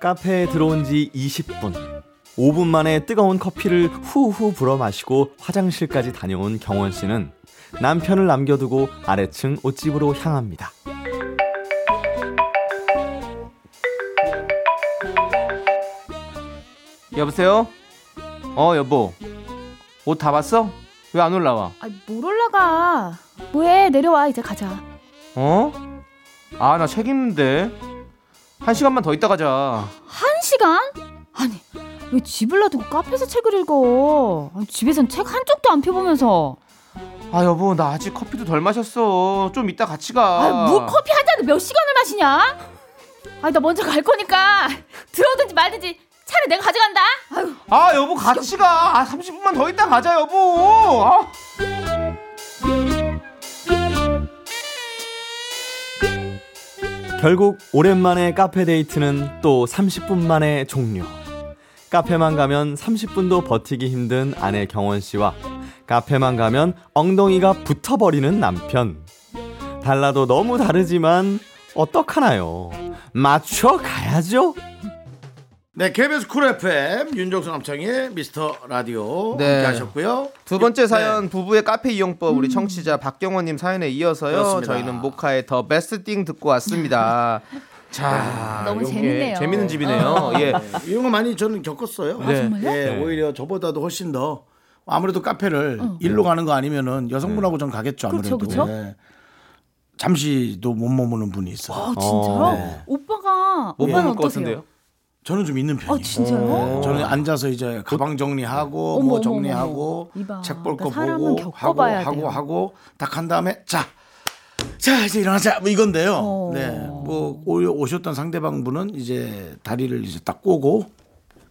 [SPEAKER 7] 카페에 들어온 지 20분. 5분 만에 뜨거운 커피를 후후 불어 마시고 화장실까지 다녀온 경원 씨는 남편을 남겨두고 아래층 옷집으로 향합니다.
[SPEAKER 3] 여보세요? 어 여보, 옷 다 봤어? 왜 안 올라와?
[SPEAKER 8] 아, 뭘 올라가? 뭐해? 내려와. 이제 가자.
[SPEAKER 3] 어? 아, 나 책임인데. 한 시간만 더 있다 가자.
[SPEAKER 8] 한 시간? 아니, 왜 집을 놔두고 카페에서 책을 읽어? 아니, 집에선 책 한 쪽도 안 펴보면서.
[SPEAKER 3] 아, 여보, 나 아직 커피도 덜 마셨어. 좀 이따 같이 가.
[SPEAKER 8] 아, 뭐 커피 한 잔을 몇 시간을 마시냐? 아, 나 먼저 갈 거니까 들어오든지 말든지 차를 내가 가져간다. 아유,
[SPEAKER 3] 아, 여보, 같이 가. 아, 30분만 더 있다 가자, 여보. 아.
[SPEAKER 7] 결국 오랜만에 카페 데이트는 또 30분 만에 종료. 카페만 가면 30분도 버티기 힘든 아내 경원 씨와 카페만 가면 엉덩이가 붙어버리는 남편. 달라도 너무 다르지만 어떡하나요? 맞춰 가야죠.
[SPEAKER 2] 네, KBS 쿨 FM 윤정수 남창의 미스터 라디오
[SPEAKER 3] 네.
[SPEAKER 2] 함께 하셨고요.
[SPEAKER 3] 두 번째
[SPEAKER 2] 네.
[SPEAKER 3] 사연 부부의 카페 이용법
[SPEAKER 8] 음.
[SPEAKER 3] 우리 청취자 박경원님 사연에 이어서요
[SPEAKER 2] 그렇습니다.
[SPEAKER 3] 저희는 모카의 더 베스트 띵 듣고
[SPEAKER 8] <laughs>
[SPEAKER 3] 왔습니다. 자
[SPEAKER 8] 너무
[SPEAKER 3] 요게
[SPEAKER 8] 재밌네요. 어.
[SPEAKER 3] 재밌는 집이네요.
[SPEAKER 8] <laughs>
[SPEAKER 3] 예.
[SPEAKER 2] <laughs> 이런 거 많이 저는 겪었어요.
[SPEAKER 3] 네.
[SPEAKER 8] 아, 정말요?
[SPEAKER 2] 예, 오히려 저보다도 훨씬 더 아무래도 카페를 일로 가는 거 아니면은
[SPEAKER 3] 네.
[SPEAKER 2] 여성분하고 전 가겠죠 아무래도.
[SPEAKER 8] 어. 그쵸, 그쵸?
[SPEAKER 2] 예. 잠시도 못 머무는 분이 있어요.
[SPEAKER 8] 아 진짜요?
[SPEAKER 7] 어,
[SPEAKER 8] 오빠가
[SPEAKER 3] 못
[SPEAKER 8] 오빠는
[SPEAKER 3] 먹을 것
[SPEAKER 8] 어떠세요?
[SPEAKER 3] 네. 예. 같은데요.
[SPEAKER 2] 저는 좀 있는
[SPEAKER 8] 아
[SPEAKER 2] 편이에요.
[SPEAKER 8] 진짜요?
[SPEAKER 2] 저는 앉아서 이제 가방 정리하고
[SPEAKER 8] 어머,
[SPEAKER 2] 뭐
[SPEAKER 8] 어머,
[SPEAKER 2] 정리하고
[SPEAKER 8] 어머. 이봐.
[SPEAKER 2] 책 볼 거
[SPEAKER 8] 그러니까
[SPEAKER 2] 보고
[SPEAKER 8] 사람은
[SPEAKER 2] 하고
[SPEAKER 8] 겪어봐야
[SPEAKER 2] 하고
[SPEAKER 8] 돼요.
[SPEAKER 2] 하고 딱 한 다음에 자. 자 이제 일어나자 뭐 이건데요.
[SPEAKER 8] 어.
[SPEAKER 2] 네, 뭐 오- 오셨던 상대방 분은 이제 다리를 이제 딱 꼬고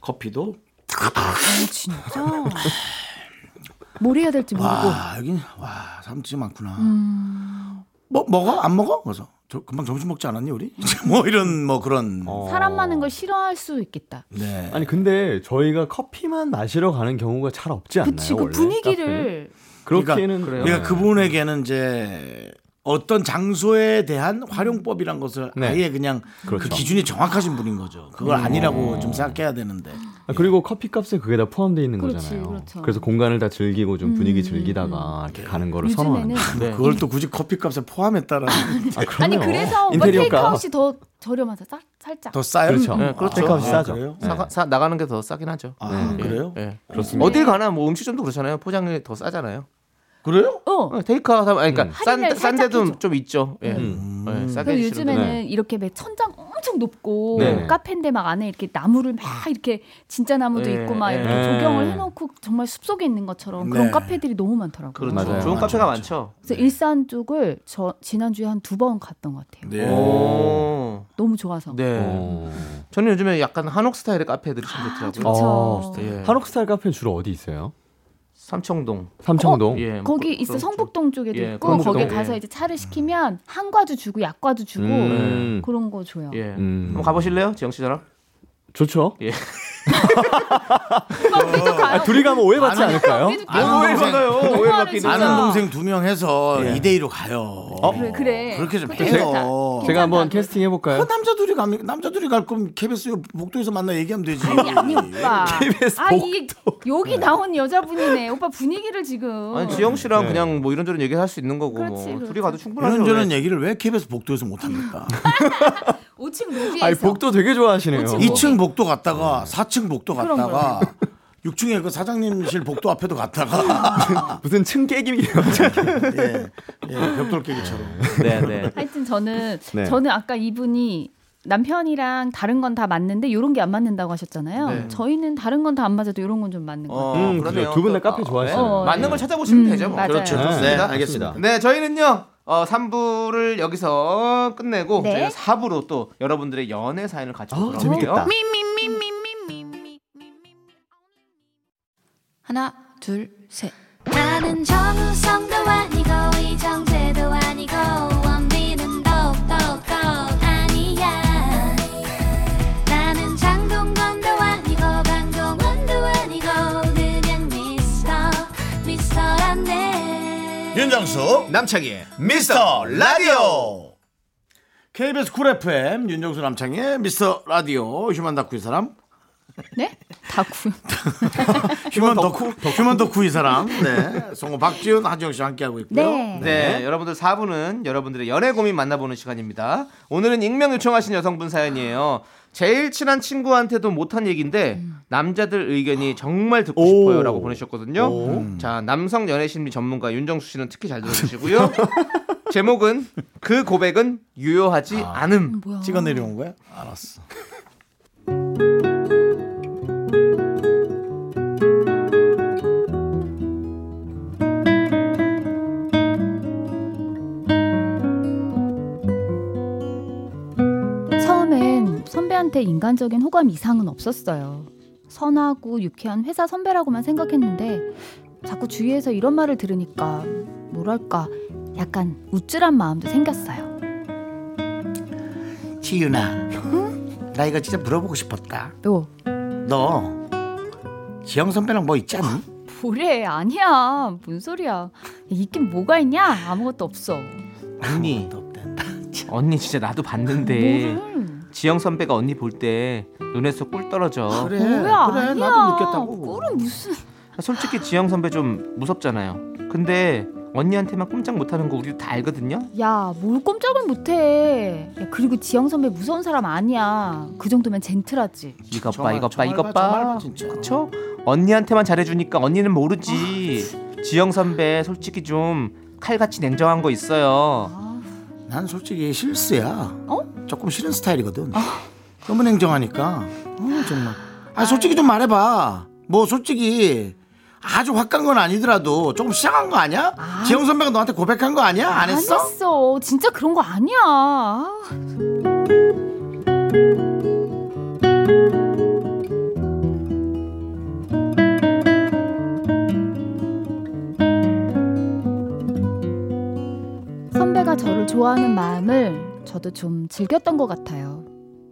[SPEAKER 2] 커피도
[SPEAKER 8] 아 진짜. 뭘 해야 될지 모르고.
[SPEAKER 2] 와 여긴 와 삼치 많구나. 뭐 먹어 안 먹어? 그래서 저 금방 점심 먹지 않았니 우리? <laughs> 뭐 이런 뭐 그런
[SPEAKER 7] 어.
[SPEAKER 8] 사람 많은 걸 싫어할 수 있겠다.
[SPEAKER 2] 네.
[SPEAKER 7] 아니 근데 저희가 커피만 마시러 가는 경우가 잘 없지 않나요?
[SPEAKER 8] 그치 그
[SPEAKER 7] 네, 원래? 카페는?
[SPEAKER 8] 분위기를
[SPEAKER 7] 그렇게는 그래요. 네.
[SPEAKER 2] 그러니까 그분에게는 이제 어떤 장소에 대한 활용법이란 것을
[SPEAKER 7] 네.
[SPEAKER 2] 아예 그냥 그
[SPEAKER 7] 그렇죠. 음.
[SPEAKER 2] 기준이 정확하신 분인 거죠. 그걸 아니라고 좀 생각해야 되는데.
[SPEAKER 7] 아, 그리고 커피값에 그게 다 포함되어 있는
[SPEAKER 8] 그렇지,
[SPEAKER 7] 거잖아요.
[SPEAKER 8] 그렇죠. 음,
[SPEAKER 7] 그래서 공간을 다 즐기고 좀 분위기 즐기다가 이렇게 가는 거를 선호하는.
[SPEAKER 8] 요즘에는
[SPEAKER 3] 네.
[SPEAKER 2] 음, 그걸 또 굳이 커피값에 포함했다라는 게
[SPEAKER 7] 아,
[SPEAKER 8] 아니
[SPEAKER 7] 그럼요.
[SPEAKER 8] 그래서 오빠
[SPEAKER 7] 인테리어가.
[SPEAKER 8] 테이크아웃이 더 저렴하다. 살, 살짝.
[SPEAKER 2] 더 싸요.
[SPEAKER 7] 그렇죠.
[SPEAKER 3] 네, 그렇죠.
[SPEAKER 7] 테이크아웃이
[SPEAKER 2] 아,
[SPEAKER 7] 싸죠.
[SPEAKER 2] 그래요?
[SPEAKER 7] 네.
[SPEAKER 3] 사가, 사, 나가는 게 더 싸긴 하죠.
[SPEAKER 2] 아,
[SPEAKER 3] 예.
[SPEAKER 2] 그래요?
[SPEAKER 3] 예.
[SPEAKER 7] 그렇습니다.
[SPEAKER 3] 어딜 가나 뭐 음식점도 그렇잖아요. 포장이 더 싸잖아요.
[SPEAKER 2] 그래요?
[SPEAKER 8] 어.
[SPEAKER 3] 어, 테이크아웃 하면 아니,
[SPEAKER 7] 음.
[SPEAKER 3] 그러니까
[SPEAKER 8] 할인을
[SPEAKER 3] 싼, 싼
[SPEAKER 8] 살짝
[SPEAKER 3] 데도
[SPEAKER 8] 해줘. 음.
[SPEAKER 3] 좀 있죠. 예. 예, 싸게
[SPEAKER 8] 그리고
[SPEAKER 3] 해주시는
[SPEAKER 8] 요즘에는
[SPEAKER 7] 네.
[SPEAKER 8] 이렇게 막 천장 엄청 높고
[SPEAKER 7] 네.
[SPEAKER 8] 카페인데 막 안에 이렇게 나무를 막 이렇게 진짜 나무도
[SPEAKER 3] 네.
[SPEAKER 8] 있고 막 이렇게
[SPEAKER 7] 네.
[SPEAKER 8] 조경을 해놓고 정말 숲 속에 있는 것처럼 그런
[SPEAKER 2] 네.
[SPEAKER 8] 카페들이 너무 많더라고요.
[SPEAKER 3] 그렇죠.
[SPEAKER 7] 맞아요.
[SPEAKER 3] 좋은
[SPEAKER 7] 맞아요.
[SPEAKER 3] 카페가 많죠.
[SPEAKER 8] 그래서 일산 쪽을 저 지난주에 한 두 번 갔던 것 같아요.
[SPEAKER 7] 예.
[SPEAKER 2] 네.
[SPEAKER 3] 오.
[SPEAKER 8] 너무 좋아서.
[SPEAKER 3] 네.
[SPEAKER 7] 어.
[SPEAKER 3] 저는 요즘에 약간 한옥 스타일의 카페들이 참 좋더라고요.
[SPEAKER 8] 아, 좋죠.
[SPEAKER 7] 어,
[SPEAKER 3] 예.
[SPEAKER 7] 한옥스타일 카페는 주로 어디 있어요?
[SPEAKER 3] 삼청동.
[SPEAKER 7] 삼청동.
[SPEAKER 3] 예, 뭐
[SPEAKER 8] 거기
[SPEAKER 3] 그-
[SPEAKER 8] 있어
[SPEAKER 3] 그런 쪽.
[SPEAKER 8] 성북동 쪽에도
[SPEAKER 3] 예,
[SPEAKER 8] 있고
[SPEAKER 3] 성북동,
[SPEAKER 8] 거기
[SPEAKER 3] 예.
[SPEAKER 8] 가서 이제 차를 시키면 한과도 주고 약과도 주고 네.
[SPEAKER 7] 음.
[SPEAKER 8] 그런 거 줘요. <laughs>
[SPEAKER 3] 예.
[SPEAKER 7] 음.
[SPEAKER 3] 한번 가보실래요, 지영 씨 저랑?
[SPEAKER 7] 좋죠.
[SPEAKER 3] 예.
[SPEAKER 8] 오빠 우리도 가요.
[SPEAKER 7] 아, 둘이 가면 오해받지 않을까요?
[SPEAKER 8] 우리도
[SPEAKER 2] 아는
[SPEAKER 8] 가요.
[SPEAKER 2] 동생,
[SPEAKER 8] 오해 받기는.
[SPEAKER 2] 아는 동생 두 명 해서 이 2대2로 가요.
[SPEAKER 8] 그래 그래.
[SPEAKER 2] 그렇게 좀
[SPEAKER 8] 그것도
[SPEAKER 2] 해요.
[SPEAKER 8] 괜찮다.
[SPEAKER 2] 제가
[SPEAKER 7] 제가
[SPEAKER 8] 괜찮다.
[SPEAKER 7] 한번 캐스팅
[SPEAKER 2] 그
[SPEAKER 7] 해볼까요?
[SPEAKER 2] 남자 둘이 가면 남자 둘이 갈 거면 KBS 복도에서 만나 얘기하면 되지.
[SPEAKER 8] 아니 아니
[SPEAKER 2] 음.
[SPEAKER 8] 오빠.
[SPEAKER 7] KBS
[SPEAKER 8] 아 이게 여기 나온 여자분이네. 오빠 분위기를 지금.
[SPEAKER 3] 아니 지영 씨랑
[SPEAKER 7] 네.
[SPEAKER 3] 그냥 뭐 이런저런 얘기할 수 있는 거고 뭐
[SPEAKER 8] 어. 그렇지,
[SPEAKER 3] 둘이
[SPEAKER 8] 그렇지.
[SPEAKER 3] 가도 충분하죠. 네.
[SPEAKER 2] 이런저런 얘기를 왜 KBS 복도에서 못 합니까?
[SPEAKER 8] 5층 로비에서.
[SPEAKER 7] 아니 복도 되게 좋아하시네요.
[SPEAKER 8] 그치, <laughs> 뭐.
[SPEAKER 2] 2층 복도 갔다가 4층 복도
[SPEAKER 8] 그럼,
[SPEAKER 2] 갔다가 <laughs> 6층에 그 사장님실 복도 앞에도 갔다가 <laughs>
[SPEAKER 7] 무슨 층깨기예요.
[SPEAKER 2] 예, 예, 벽돌 깨기처럼
[SPEAKER 3] 네,
[SPEAKER 8] <laughs>
[SPEAKER 3] 네.
[SPEAKER 8] 하여튼 저는
[SPEAKER 7] 네.
[SPEAKER 8] 저는 아까 이분이 남편이랑 다른 건 다 맞는데 요런 게 안 맞는다고 하셨잖아요.
[SPEAKER 3] 네. 어,
[SPEAKER 8] 저희는 다른 건 다 안 맞아도 요런 건 좀 맞는 것 같아요.
[SPEAKER 7] 음, 그죠. 두분다 카페 좋아하시잖아요.
[SPEAKER 8] 어,
[SPEAKER 3] 맞는 걸 찾아보시면
[SPEAKER 8] 음,
[SPEAKER 3] 되죠. 뭐.
[SPEAKER 8] 맞아요. 그렇죠.
[SPEAKER 2] 네, 알겠습니다.
[SPEAKER 3] 네, 저희는요. 어, 3부를 여기서 끝내고
[SPEAKER 8] 네.
[SPEAKER 3] 저희가 4부로 또 여러분들의 연애 사연을 가지고
[SPEAKER 7] 아,
[SPEAKER 3] 돌아올게요.
[SPEAKER 7] 재밌겠다.
[SPEAKER 9] 하나, 둘, 셋.
[SPEAKER 5] 나는 정우성도 아니고 이정재도 아니고 원빈은 더욱더 아니야 나는 장동건도 아니고 강동원도 아니고 그냥 미스터 미스터란데
[SPEAKER 2] 윤정수
[SPEAKER 3] 남창희의
[SPEAKER 2] 미스터 라디오 KBS 쿨 FM 윤정수 남창의 미스터 라디오 휴먼 다큐 이 사람
[SPEAKER 8] 네? 다구.
[SPEAKER 2] 휴먼 덕후 휴먼 덕후 이 사람 <laughs> 네 송호 박지훈 한지영 씨와 함께 하고 있고요
[SPEAKER 8] 네.
[SPEAKER 3] 네, 여러분들 4부는 여러분들의 연애 고민 만나보는 시간입니다. 오늘은 익명 요청하신 여성분 사연이에요. 제일 친한 친구한테도 못한 얘기인데
[SPEAKER 8] 음.
[SPEAKER 3] 남자들
[SPEAKER 8] 아.
[SPEAKER 3] 의견이 정말 듣고
[SPEAKER 7] 오.
[SPEAKER 3] 싶어요라고 보내셨거든요.
[SPEAKER 7] 오.
[SPEAKER 3] 자, 남성 연애 심리 전문가 윤정수 씨는 특히 잘 들어주시고요. <laughs> 제목은 그 고백은 유효하지 않음.
[SPEAKER 8] 뭐야?
[SPEAKER 2] 찍어 내려온 거야 알았어
[SPEAKER 8] 처음엔 선배한테 인간적인 호감 이상은 없었어요. 선하고 유쾌한 회사 선배라고만 생각했는데 자꾸 주위에서 이런 말을 들으니까 뭐랄까 약간 우쭐한 마음도 생겼어요.
[SPEAKER 2] 지윤아 나 이거 진짜 물어보고 싶었다
[SPEAKER 8] 요
[SPEAKER 2] 너 지영 선배랑 뭐 있지 않니?
[SPEAKER 8] 뭐래 아니야 뭔 소리야 야, 있긴 뭐가 있냐 아무것도 없어
[SPEAKER 2] 예.
[SPEAKER 3] 언니, 언니 진짜 나도 봤는데
[SPEAKER 8] 뭐를
[SPEAKER 3] 지영 선배가 언니 볼 때 눈에서 꿀 떨어져.
[SPEAKER 2] 아, 그래
[SPEAKER 8] 뭐야
[SPEAKER 2] 그래
[SPEAKER 8] 아니야. 어?
[SPEAKER 2] 나도 느꼈다고
[SPEAKER 8] 꿀은 무슨
[SPEAKER 3] 솔직히 지영 선배 좀 무섭잖아요. 근데 언니한테만 꼼짝 못하는 거 우리도 다 알거든요.
[SPEAKER 8] 야 뭘 꼼짝을 못해 야, 그리고 지영 선배 무서운 사람 아니야 그 정도면 젠틀하지
[SPEAKER 3] 이것 봐,
[SPEAKER 2] 정말,
[SPEAKER 3] 이것 봐,
[SPEAKER 2] 정말 봐,
[SPEAKER 3] 이것
[SPEAKER 2] 정말
[SPEAKER 3] 봐.
[SPEAKER 2] 봐, 진짜.
[SPEAKER 3] 그쵸? 언니한테만 잘해주니까 언니는 모르지. 지영 선배 솔직히 좀 칼같이 냉정한 거 있어요.
[SPEAKER 8] 아,
[SPEAKER 2] 난 솔직히 실수야
[SPEAKER 8] 어? 아.
[SPEAKER 2] 조금 싫은 스타일이거든 너무 냉정하니까 어 정말 아 솔직히 좀 말해봐 뭐 솔직히 아주 확 간 건 아니더라도 조금 시작한 거 아니야? 지영 선배가 너한테 고백한 거 아니야? 안 했어?
[SPEAKER 8] 안 했어 진짜 그런 거 아니야 아, 선배가 저를 좋아하는 마음을 저도 좀 즐겼던 것 같아요.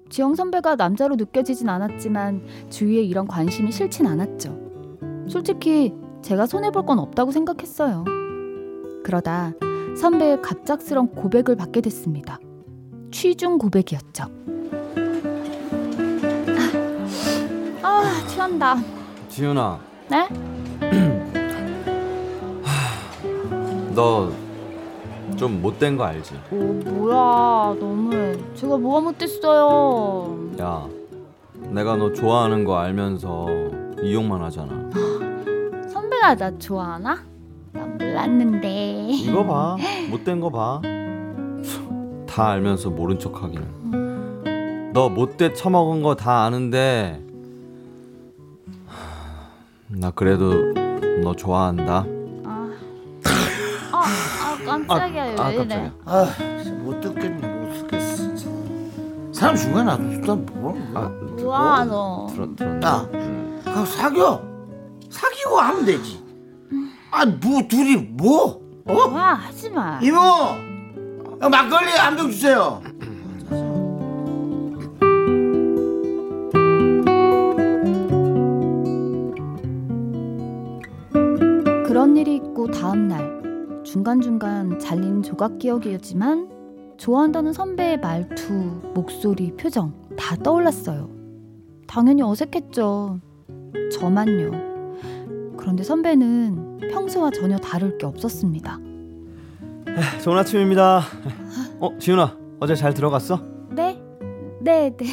[SPEAKER 8] 지영 선배가 남자로 느껴지진 않았지만 주위에 이런 관심이 싫진 않았죠. 솔직히 제가 손해볼 건 없다고 생각했어요. 그러다 선배의 갑작스런 고백을 받게 됐습니다. 취중 고백이었죠. 아, 아 취한다.
[SPEAKER 7] 지윤아,
[SPEAKER 8] 네?
[SPEAKER 7] 너 좀 못된 거 알지?
[SPEAKER 8] 오, 어, 뭐야 너무해. 제가 뭐가 못됐어요.
[SPEAKER 7] 야, 내가 너 좋아하는 거 알면서 이용만 하잖아.
[SPEAKER 8] 선배가 나 좋아하나? 난 몰랐는데.
[SPEAKER 7] 이거 봐, 못된 거 봐. 다 알면서 모른 척 하기는. 너 못돼 처먹은 거 다 아는데. 하, 나 그래도 너 좋아한다.
[SPEAKER 8] 아, 아, 아 깜짝이야 왜
[SPEAKER 7] 아,
[SPEAKER 8] 이래?
[SPEAKER 7] 깜짝이야.
[SPEAKER 2] 아, 진짜 못 듣겠네, 못 듣겠어. 진짜. 사람 중간에 놔둬도 뭐 하는 거야?
[SPEAKER 7] 아,
[SPEAKER 8] 뭐야 너?
[SPEAKER 7] 들어 들어.
[SPEAKER 2] 야,
[SPEAKER 7] 음.
[SPEAKER 2] 그냥 사겨. 사귀고 하면 되지. 아, 뭐, 둘이 뭐? 어?
[SPEAKER 8] 뭐야 하지 마.
[SPEAKER 2] 이모! 야, 막걸리 한 병 주세요.
[SPEAKER 8] 그런 일이 있고 다음 날 중간중간 잘린 조각 기억이었지만 좋아한다는 선배의 말투, 목소리, 표정 다 떠올랐어요. 당연히 어색했죠. 저만요. 그런데 선배는 평소와 전혀 다를 게 없었습니다.
[SPEAKER 7] 좋은 아침입니다. 어, 지윤아, 어제 잘 들어갔어?
[SPEAKER 8] 네, 네, 네.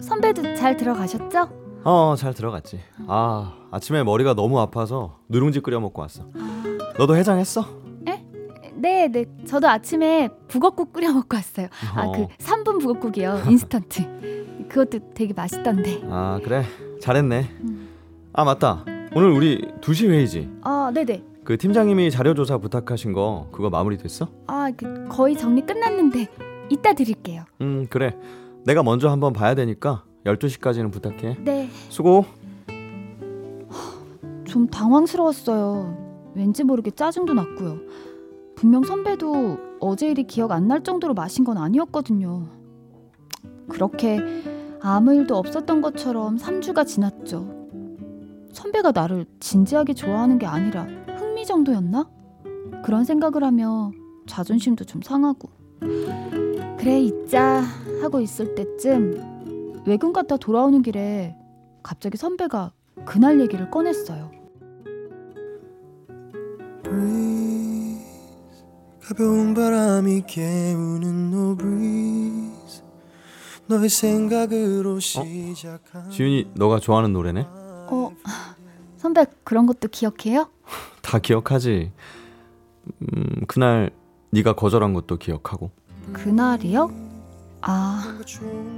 [SPEAKER 8] 선배도 잘 들어가셨죠?
[SPEAKER 7] 어, 잘 들어갔지. 아, 아침에 머리가 너무 아파서 누룽지 끓여 먹고 왔어. 너도 해장했어?
[SPEAKER 8] 네, 네. 저도 아침에 북엇국 끓여 먹고 왔어요. 아,
[SPEAKER 7] 어.
[SPEAKER 8] 그 3분 북엇국이요. 인스턴트. 그것도 되게 맛있던데.
[SPEAKER 7] 아, 그래. 잘했네. 아, 맞다. 오늘 우리 2시 회의지.
[SPEAKER 8] 아, 네, 네.
[SPEAKER 7] 그 팀장님이 자료 조사 부탁하신 거 그거 마무리됐어?
[SPEAKER 8] 아, 그 거의 정리 끝났는데 이따 드릴게요.
[SPEAKER 7] 음, 그래. 내가 먼저 한번 봐야 되니까 12시까지는 부탁해.
[SPEAKER 8] 네.
[SPEAKER 7] 수고.
[SPEAKER 8] 좀 당황스러웠어요. 왠지 모르게 짜증도 났고요. 분명 선배도 어제 일이 기억 안 날 정도로 마신 건 아니었거든요. 그렇게 아무 일도 없었던 것처럼 3주가 지났죠. 선배가 나를 진지하게 좋아하는 게 아니라 흥미 정도였나? 그런 생각을 하며 자존심도 좀 상하고. 그래, 있자 하고 있을 때쯤 외근 갔다 돌아오는 길에 갑자기 선배가 그날 얘기를 꺼냈어요.
[SPEAKER 10] 가벼운 바람이 깨우는 no breeze 너의 생각으로 시작한
[SPEAKER 7] 지윤이 너가 좋아하는 노래네?
[SPEAKER 8] 어, 선배 그런 것도 기억해요?
[SPEAKER 7] 다 기억하지. 음, 그날 네가 거절한 것도 기억하고.
[SPEAKER 8] 그날이요? 아,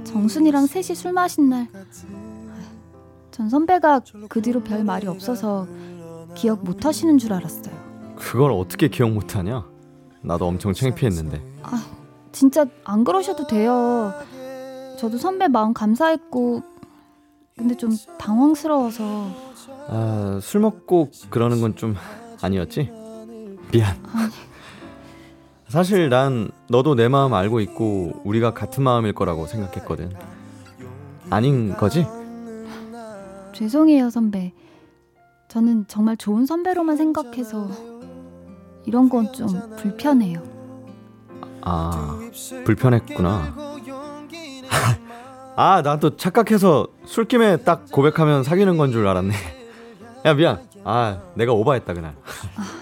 [SPEAKER 8] 정순이랑 셋이 술 마신 날. 전 선배가 그 뒤로 별 말이 없어서 기억 못 하시는 줄 알았어요.
[SPEAKER 7] 그걸 어떻게 기억 못 하냐? 나도 엄청 창피했는데.
[SPEAKER 8] 진짜 안 그러셔도 돼요. 저도 선배 마음 감사했고, 근데 좀 당황스러워서.
[SPEAKER 7] 아, 술 먹고 그러는 건 좀 아니었지? 미안. 사실 난 너도 내 마음 알고 있고 우리가 같은 마음일 거라고 생각했거든. 아닌 거지?
[SPEAKER 8] 죄송해요, 선배. 저는 정말 좋은 선배로만 생각해서 이런 건 좀 불편해요.
[SPEAKER 7] 아, 불편했구나. <laughs> 아, 난 또 착각해서 술김에 딱 고백하면 사귀는 건 줄 알았네. 야, 미안. 아, 내가 오바했다 그날.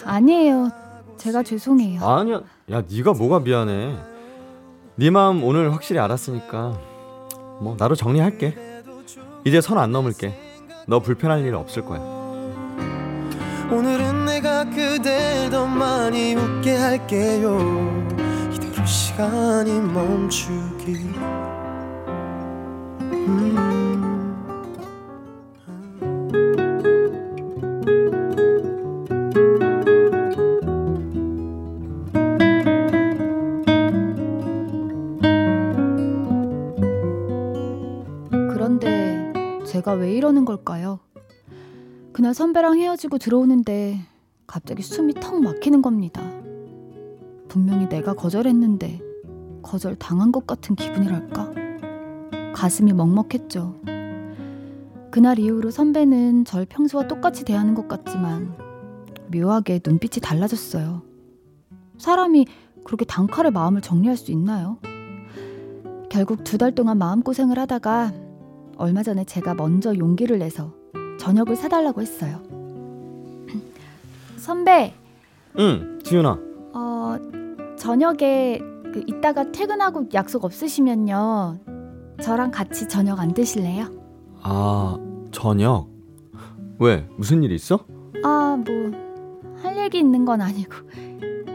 [SPEAKER 8] 아니에요. 제가 죄송해요.
[SPEAKER 7] 아니야. 야, 네가 뭐가 미안해. 네 마음 오늘 확실히 알았으니까 뭐 나로 정리할게. 이제 선 안 넘을게. 너 불편할 일 없을 거야.
[SPEAKER 10] 오늘은 내가 그댈 더 많이 웃게 할게요 이대로 시간이 멈추길 음.
[SPEAKER 8] 그런데 제가 왜 이러는 걸까요? 그날 선배랑 헤어지고 들어오는데 갑자기 숨이 턱 막히는 겁니다. 분명히 내가 거절했는데 거절 당한 것 같은 기분이랄까? 가슴이 먹먹했죠. 그날 이후로 선배는 절 평소와 똑같이 대하는 것 같지만 묘하게 눈빛이 달라졌어요. 사람이 그렇게 단칼에 마음을 정리할 수 있나요? 결국 두 달 동안 마음고생을 하다가 얼마 전에 제가 먼저 용기를 내서 저녁을 사달라고 했어요. <clears throat> 선배,
[SPEAKER 7] 응, 지윤아.
[SPEAKER 8] 어, 저녁에 그 이따가 퇴근하고 약속 없으시면요. 저랑 같이 저녁 안 드실래요?
[SPEAKER 7] 아, 저녁. 왜? 무슨 일 있어?
[SPEAKER 8] 아, 뭐, 할 얘기 있는 건 아니고.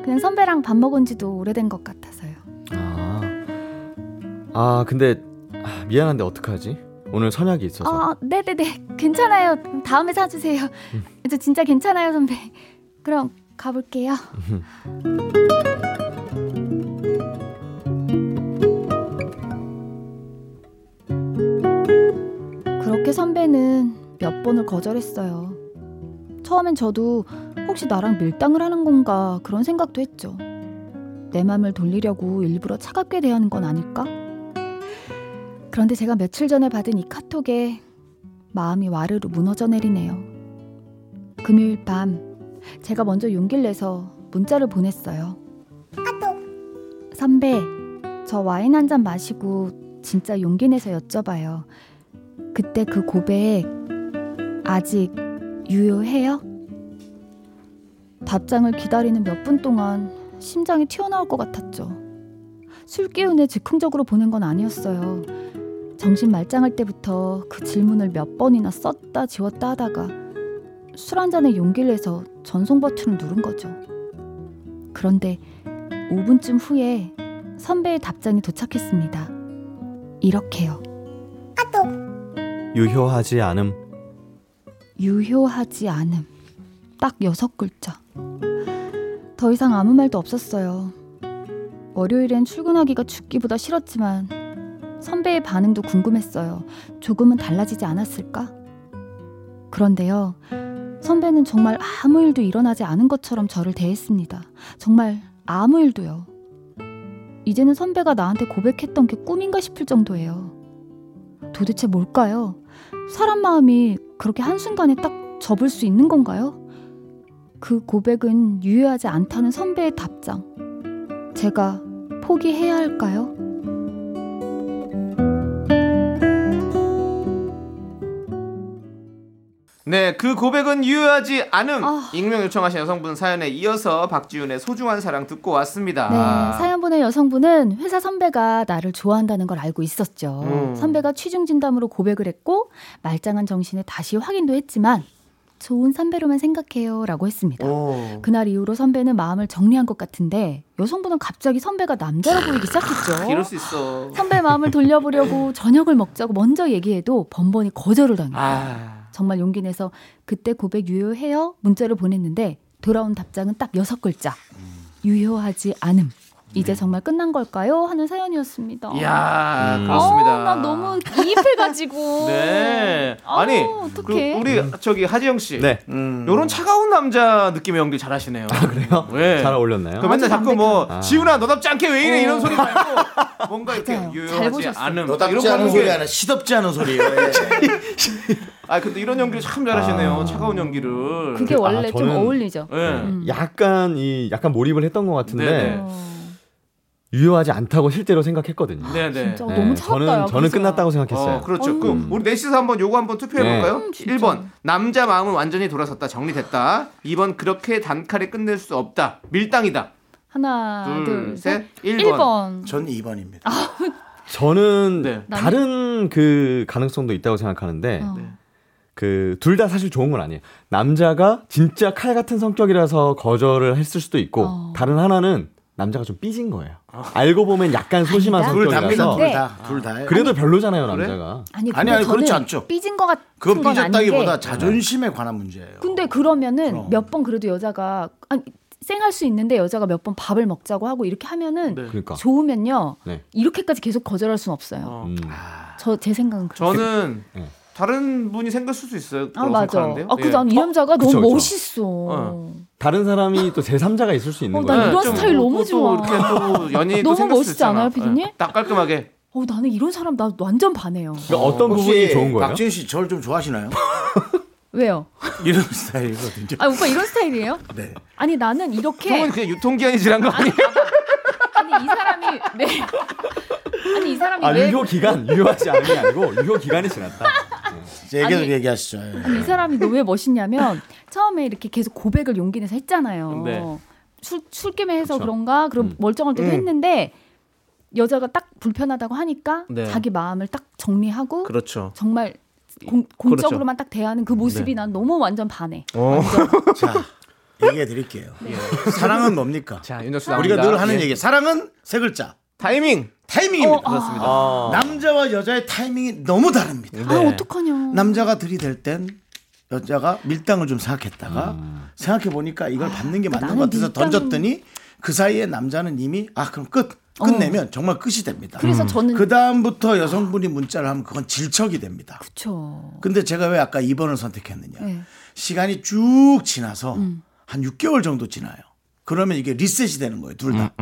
[SPEAKER 8] 그냥 선배랑 밥 먹은 지도 오래된 것 같아서요.
[SPEAKER 7] 아. 아, 근데 아, 미안한데 어떡하지? 오늘 선약이 있어서.
[SPEAKER 8] 아, 네네네. 괜찮아요. 다음에 사주세요. 저 진짜 괜찮아요, 선배. 그럼 가볼게요.
[SPEAKER 7] 음.
[SPEAKER 8] 그렇게 선배는 몇 번을 거절했어요. 처음엔 저도 혹시 나랑 밀당을 하는 건가 그런 생각도 했죠. 내 맘을 돌리려고 일부러 차갑게 대하는 건 아닐까? 그런데 제가 며칠 전에 받은 이 카톡에 마음이 와르르 무너져 내리네요. 금요일 밤 제가 먼저 용기를 내서 문자를 보냈어요. 카톡. 선배, 저 와인 한 잔 마시고 진짜 용기 내서 여쭤봐요. 그때 그 고백 아직 유효해요? 답장을 기다리는 몇 분 동안 심장이 튀어나올 것 같았죠. 술 기운에 즉흥적으로 보낸 건 아니었어요. 정신 말짱할 때부터 그 질문을 몇 번이나 썼다 지웠다 하다가 술 한 잔에 용기를 내서 전송 버튼을 누른 거죠. 그런데 5분쯤 후에 선배의 답장이 도착했습니다. 이렇게요.
[SPEAKER 7] 유효하지 않음.
[SPEAKER 8] 유효하지 않음. 딱 여섯 글자. 더 이상 아무 말도 없었어요. 월요일엔 출근하기가 죽기보다 싫었지만 선배의 반응도 궁금했어요. 조금은 달라지지 않았을까? 그런데요. 선배는 정말 아무 일도 일어나지 않은 것처럼 저를 대했습니다. 정말 아무 일도요. 이제는 선배가 나한테 고백했던 게 꿈인가 싶을 정도예요. 도대체 뭘까요? 사람 마음이 그렇게 한순간에 딱 접을 수 있는 건가요? 그 고백은 유효하지 않다는 선배의 답장. 제가 포기해야 할까요?
[SPEAKER 3] 네, 그 고백은 유효하지 않음.
[SPEAKER 8] 아.
[SPEAKER 3] 익명 요청하신 여성분 사연에 이어서 박지윤의 소중한 사랑 듣고 왔습니다.
[SPEAKER 8] 네,
[SPEAKER 3] 아.
[SPEAKER 8] 사연 보낸 여성분은 회사 선배가 나를 좋아한다는 걸 알고 있었죠.
[SPEAKER 3] 음.
[SPEAKER 8] 선배가 취중 진담으로 고백을 했고 말짱한 정신에 다시 확인도 했지만 좋은 선배로만 생각해요라고 했습니다.
[SPEAKER 3] 오.
[SPEAKER 8] 그날 이후로 선배는 마음을 정리한 것 같은데 여성분은 갑자기 선배가 남자로 보이기
[SPEAKER 3] 아, 이럴
[SPEAKER 8] 시작했죠.
[SPEAKER 3] 수 있어.
[SPEAKER 8] 선배 마음을 돌려보려고 저녁을 먹자고 먼저 얘기해도 번번이 거절을 당해요.
[SPEAKER 3] 아,
[SPEAKER 8] 정말 용기 내서 그때 고백 유효해요 문자를 보냈는데 돌아온 답장은 딱 여섯 글자
[SPEAKER 3] 음.
[SPEAKER 8] 유효하지 않음 이제 정말 끝난 걸까요 하는 사연이었습니다.
[SPEAKER 3] 네. 이야,
[SPEAKER 7] 음.
[SPEAKER 3] 그렇습니다.
[SPEAKER 8] 어, 나 너무 이입해가지고.
[SPEAKER 3] <laughs> 네.
[SPEAKER 8] 아우,
[SPEAKER 3] 아니,
[SPEAKER 8] 어떡해.
[SPEAKER 3] 그 우리 저기 하지영 씨.
[SPEAKER 7] 음. 네. 아,
[SPEAKER 2] 음.
[SPEAKER 3] 요런 차가운 남자 느낌의 연기 잘하시네요.
[SPEAKER 7] 그래요?
[SPEAKER 3] 네.
[SPEAKER 7] 잘 어울렸나요?
[SPEAKER 3] 그 맨날 자꾸 뭐
[SPEAKER 7] 담백한.
[SPEAKER 3] 지훈아 너답지 않게 왜 이래 이런 소리 말고 뭔가 이렇게
[SPEAKER 8] 맞아요. 잘
[SPEAKER 3] 유효하지
[SPEAKER 8] 보셨어요.
[SPEAKER 3] 않음 이런
[SPEAKER 2] 너답지
[SPEAKER 3] 거
[SPEAKER 2] 않은
[SPEAKER 3] 하는
[SPEAKER 2] 소리
[SPEAKER 3] 게.
[SPEAKER 2] 하나 시덥지 않은
[SPEAKER 7] <laughs>
[SPEAKER 2] 소리예요.
[SPEAKER 7] 네.
[SPEAKER 2] 예.
[SPEAKER 3] 아 근데 이런 연기를 참 잘하시네요. 차가운 연기를. 예.
[SPEAKER 8] 그게
[SPEAKER 7] 아,
[SPEAKER 8] 원래 좀
[SPEAKER 7] 저는-
[SPEAKER 8] 어울리죠.
[SPEAKER 3] 네.
[SPEAKER 7] 약간 이 약간 몰입을 했던 것 같은데
[SPEAKER 3] 네네.
[SPEAKER 8] 어.
[SPEAKER 7] 유효하지 않다고 실제로 생각했거든요.
[SPEAKER 3] 네, 네.
[SPEAKER 8] 진짜 어, 너무 차갑다. 야,
[SPEAKER 7] 저는 저는
[SPEAKER 8] 그래서.
[SPEAKER 7] 끝났다고 생각했어요.
[SPEAKER 3] 어,
[SPEAKER 7] 음.
[SPEAKER 3] 그렇죠. 그럼 우리 넷이서 한번 요거 한번 투표해
[SPEAKER 7] 아, 네.
[SPEAKER 3] 볼까요?
[SPEAKER 8] 음, 진짜.
[SPEAKER 3] 1번. 남자 마음은 완전히 돌아섰다. 정리됐다. 2번. 그렇게 단칼에 끝낼 수 없다. 밀당이다.
[SPEAKER 8] 하나,
[SPEAKER 3] 둘,
[SPEAKER 8] 둘, 셋.
[SPEAKER 3] 셋. 1번.
[SPEAKER 8] 1번.
[SPEAKER 2] 전 2번입니다.
[SPEAKER 7] 아, 저는
[SPEAKER 3] 네.
[SPEAKER 7] 다른 그 가능성도 있다고 생각하는데
[SPEAKER 8] 어.
[SPEAKER 7] 그 둘 다 사실 좋은 건 아니에요. 남자가 진짜 칼 같은 성격이라서 거절을 했을 수도 있고
[SPEAKER 8] 어.
[SPEAKER 7] 다른 하나는 남자가 좀 삐진 거예요. 알고 보면 약간 소심한
[SPEAKER 8] 아니다.
[SPEAKER 2] 둘 답니다.
[SPEAKER 7] 성격이라서
[SPEAKER 8] 근데-
[SPEAKER 2] 둘 다. 둘 다.
[SPEAKER 7] 그래도 별로잖아요
[SPEAKER 3] 그래?
[SPEAKER 7] 남자가.
[SPEAKER 2] 아니,
[SPEAKER 8] 아니, 근데
[SPEAKER 2] 아니,
[SPEAKER 8] 저는
[SPEAKER 2] 그렇지 않죠.
[SPEAKER 8] 삐진 것 같은
[SPEAKER 2] 그건
[SPEAKER 8] 건 아닌데.
[SPEAKER 2] 삐졌다기보다 자존심에 관한 문제예요.
[SPEAKER 8] 근데 그러면은
[SPEAKER 2] 그럼.
[SPEAKER 8] 몇 번 그래도 여자가 아니 쌩할 수 있는데 여자가 몇 번 밥을 먹자고 하고 이렇게 하면은
[SPEAKER 7] 그러니까.
[SPEAKER 8] 좋으면요
[SPEAKER 7] 네.
[SPEAKER 8] 이렇게까지 계속 거절할 수는 없어요.
[SPEAKER 3] 어.
[SPEAKER 7] 음.
[SPEAKER 8] 저 제 생각은 그래요.
[SPEAKER 3] 저는
[SPEAKER 2] 예.
[SPEAKER 7] 네.
[SPEAKER 3] 다른 분이 생길 수도 있어요.
[SPEAKER 8] 아
[SPEAKER 3] 그런
[SPEAKER 8] 맞아.
[SPEAKER 3] 생각하는데요.
[SPEAKER 8] 아
[SPEAKER 3] 예.
[SPEAKER 8] 그래서 난이
[SPEAKER 2] 어,
[SPEAKER 8] 남자가 너무
[SPEAKER 7] 그쵸, 그쵸.
[SPEAKER 8] 멋있어.
[SPEAKER 3] 어.
[SPEAKER 7] 다른 사람이 또 제3자가 있을 수 있는
[SPEAKER 8] 어,
[SPEAKER 7] 거예요.
[SPEAKER 8] 난 이런
[SPEAKER 3] 좀
[SPEAKER 8] 스타일
[SPEAKER 3] 또-
[SPEAKER 8] 너무
[SPEAKER 3] 또
[SPEAKER 8] 좋아.
[SPEAKER 3] 이렇게 또 연인이 또
[SPEAKER 8] <laughs> 너무
[SPEAKER 3] 생길 수
[SPEAKER 8] 멋있지 않아요,
[SPEAKER 3] 있잖아.
[SPEAKER 8] 피디님?
[SPEAKER 3] 예. 딱 깔끔하게.
[SPEAKER 8] 어 나는 이런 사람 나 완전 반해요.
[SPEAKER 7] 그러니까 어떤
[SPEAKER 2] 혹시
[SPEAKER 7] 부분이 좋은 거예요?
[SPEAKER 2] 박지윤 씨 저를 좀 좋아하시나요?
[SPEAKER 8] 왜요?
[SPEAKER 2] 이런 스타일이거든요.
[SPEAKER 8] 아 오빠 이런 스타일이에요?
[SPEAKER 2] 네.
[SPEAKER 8] 아니 나는 이렇게
[SPEAKER 3] 형은 그냥 유통기한이 지난 거
[SPEAKER 2] <laughs>
[SPEAKER 3] 아니에요?
[SPEAKER 8] 아니 이 사람이 왜 아니 이 사람이
[SPEAKER 7] 아
[SPEAKER 8] 왜
[SPEAKER 7] 유효 기간 유효하지 않은 게 아니고 유효 기간이 지났다.
[SPEAKER 2] 이제 얘기도
[SPEAKER 8] 아니-
[SPEAKER 2] 얘기하시죠. 예.
[SPEAKER 3] 네.
[SPEAKER 8] 아니, 이 사람이 너왜 멋있냐면 처음에 이렇게 계속 고백을 용기 내서 했잖아요.
[SPEAKER 3] 네.
[SPEAKER 8] 술 술김에 해서 그
[SPEAKER 7] 그쵸.
[SPEAKER 8] 런가 그럼
[SPEAKER 7] 음.
[SPEAKER 8] 멀쩡할 때도
[SPEAKER 3] 음.
[SPEAKER 8] 했는데 여자가 딱 불편하다고 하니까
[SPEAKER 3] 네.
[SPEAKER 8] 자기 마음을 딱 정리하고
[SPEAKER 3] 그렇죠.
[SPEAKER 8] 정말 공, 적으로만딱 대하는 그 모습이
[SPEAKER 3] 네. 어,
[SPEAKER 8] 난 너무 완전 반해.
[SPEAKER 2] 자, 얘기해 드릴게요.
[SPEAKER 8] 네.
[SPEAKER 2] 사랑은 뭡니까?
[SPEAKER 3] 자,
[SPEAKER 8] 아,
[SPEAKER 3] 윤정수
[SPEAKER 2] 우리가
[SPEAKER 3] 나옵니다.
[SPEAKER 2] 늘 하는
[SPEAKER 3] 예.
[SPEAKER 2] 얘기. 사랑은 세 글자.
[SPEAKER 3] 타이밍.
[SPEAKER 2] 타이밍입니다.
[SPEAKER 8] 어,
[SPEAKER 2] 아.
[SPEAKER 3] 그렇습니다.
[SPEAKER 2] 남자와 여자의 타이밍이 너무 다릅니다.
[SPEAKER 3] 네.
[SPEAKER 8] 아 어떡하냐.
[SPEAKER 2] 남자가 들이댈 땐 여자가 밀당을 좀 생각했다가 생각해 보니까 이걸 받는 게 맞는
[SPEAKER 8] 음. 아, 나는
[SPEAKER 2] 것 같아서
[SPEAKER 8] 밀당은-
[SPEAKER 2] 던졌더니 그 사이에 남자는 이미 아 그럼 끝 끝내면 정말 끝이 됩니다.
[SPEAKER 8] 어. 그래서 저는
[SPEAKER 2] 그 다음부터 여성분이 문자를 하면 그건 질척이 됩니다.
[SPEAKER 8] 그쵸.
[SPEAKER 2] 근데 제가 왜 아까 2번을 선택했느냐?
[SPEAKER 8] 네.
[SPEAKER 2] 시간이 쭉 지나서 한 6개월 정도 지나요. 그러면 이게 리셋이 되는 거예요, 둘 다.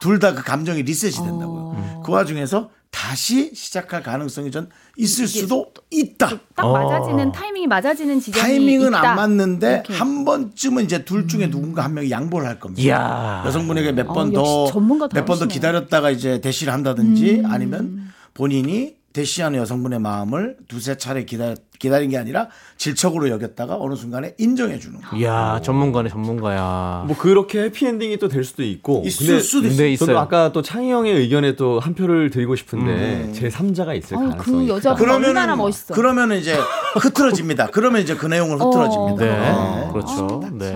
[SPEAKER 2] 둘 다 그 감정이 리셋이 된다고요. 그 와중에서 다시 시작할 가능성이 전 있을 수도 있다.
[SPEAKER 3] 어.
[SPEAKER 8] 딱 맞아지는 타이밍이 맞아지는 지점이
[SPEAKER 2] 타이밍은
[SPEAKER 8] 있다.
[SPEAKER 2] 안 맞는데
[SPEAKER 8] 이렇게.
[SPEAKER 2] 한 번쯤은 이제 둘 중에 누군가 한 명이 양보를 할 겁니다.
[SPEAKER 3] 이야.
[SPEAKER 2] 여성분에게 몇
[SPEAKER 8] 어,
[SPEAKER 2] 번
[SPEAKER 8] 역시
[SPEAKER 2] 더 몇
[SPEAKER 8] 전문가
[SPEAKER 2] 번 더
[SPEAKER 8] 다르시네요. 음.
[SPEAKER 2] 기다렸다가 이제 대시를 한다든지 아니면 본인이 대시하는 여성분의 마음을 두세 차례 기다, 기다린 게 아니라 질척으로 여겼다가 어느 순간에 인정해 주는 거.
[SPEAKER 3] 이야, 전문가네, 전문가야.
[SPEAKER 7] 뭐 그렇게 해피엔딩이 또 될 수도 있고
[SPEAKER 2] 있을 수도 있어요.
[SPEAKER 3] 근데
[SPEAKER 7] 저도
[SPEAKER 3] 있어요.
[SPEAKER 7] 아까 또 창희 형의 의견에 또 한 표를 드리고 싶은데
[SPEAKER 3] 음.
[SPEAKER 7] 제 3자가 있을
[SPEAKER 8] 아우,
[SPEAKER 7] 가능성이
[SPEAKER 8] 그 여자
[SPEAKER 7] 크다.
[SPEAKER 2] 그러면은
[SPEAKER 8] 얼마나 멋있어.
[SPEAKER 2] 그러면은 이제 흐트러집니다. 그러면 이제 그 내용을 흐트러집니다.
[SPEAKER 8] 어, 아,
[SPEAKER 3] 네.
[SPEAKER 2] 네.
[SPEAKER 3] 그렇죠. 네.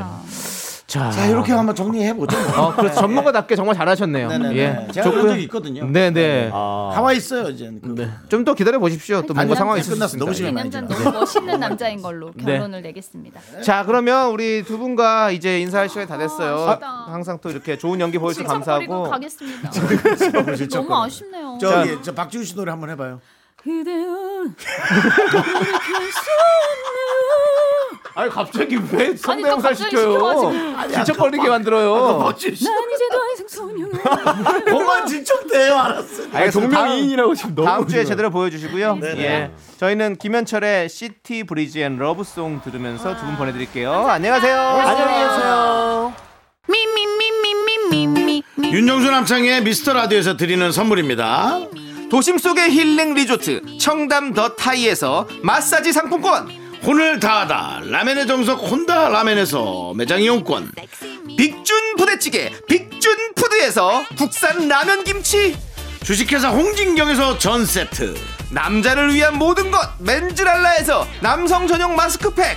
[SPEAKER 3] 자,
[SPEAKER 8] 자,
[SPEAKER 2] 자 이렇게 한번 정리해 보죠. 뭐.
[SPEAKER 3] 어, 그래서 전문가답게 정말 잘하셨네요.
[SPEAKER 2] 네네네.
[SPEAKER 3] 예.
[SPEAKER 2] 제가 그런
[SPEAKER 3] 좋고요.
[SPEAKER 2] 적이 있거든요.
[SPEAKER 3] 네네. 네.
[SPEAKER 7] 아,
[SPEAKER 2] 하와 있어요 이제. 그
[SPEAKER 3] 좀 더 기다려 보십시오. 또 뭔가
[SPEAKER 2] 아니, 아니,
[SPEAKER 3] 상황이 있을 수
[SPEAKER 2] 끝났어. 너무
[SPEAKER 8] 이
[SPEAKER 2] 심해.
[SPEAKER 3] 있으니까.
[SPEAKER 8] 남자는 너무
[SPEAKER 3] 네.
[SPEAKER 8] 멋있는 남자인 걸로 결론을 내겠습니다.
[SPEAKER 3] 자, 그러면 우리 두 분과 이제 인사할 시간이 다 됐어요.
[SPEAKER 8] 아, 아쉽다.
[SPEAKER 3] 항상 또 이렇게 좋은 연기 보여주셔서
[SPEAKER 8] 칭찬거리고
[SPEAKER 3] 감사하고.
[SPEAKER 8] 가겠습니다. 너무 아쉽네요.
[SPEAKER 2] 저기 저 박지훈 씨 노래 한번 해봐요.
[SPEAKER 8] 그대는
[SPEAKER 3] <laughs> 아니 갑자기 왜 성대모사
[SPEAKER 8] 갑자기 시켜가지고.
[SPEAKER 3] 시켜요? 지척거리게 만들어요.
[SPEAKER 8] 난 이제 더 이상
[SPEAKER 2] <laughs>
[SPEAKER 8] 소녀는
[SPEAKER 3] <laughs>
[SPEAKER 2] 그만 질척대요. 알았어.
[SPEAKER 7] 아니,
[SPEAKER 3] 알겠습니다.
[SPEAKER 7] 동명이인이라고 지금 너무
[SPEAKER 3] 다음 주에
[SPEAKER 7] 지금.
[SPEAKER 3] 제대로 보여주시고요. 예, 저희는 김현철의 시티 브리지 앤 러브송 들으면서 두 분 보내드릴게요. 안녕하세요. 아. 안녕히 계세요.
[SPEAKER 2] 윤정수 남창의 미스터 라디오에서 드리는 선물입니다.
[SPEAKER 3] 도심 속의 힐링 리조트 청담 더 타이에서 마사지 상품권
[SPEAKER 2] 혼을 다하다 라멘의 정석 혼다 라멘에서 매장 이용권
[SPEAKER 3] 빅준 부대찌개 빅준 푸드에서 국산 라면 김치
[SPEAKER 2] 주식회사 홍진경에서 전세트
[SPEAKER 3] 남자를 위한 모든 것 맨즈랄라에서 남성 전용 마스크팩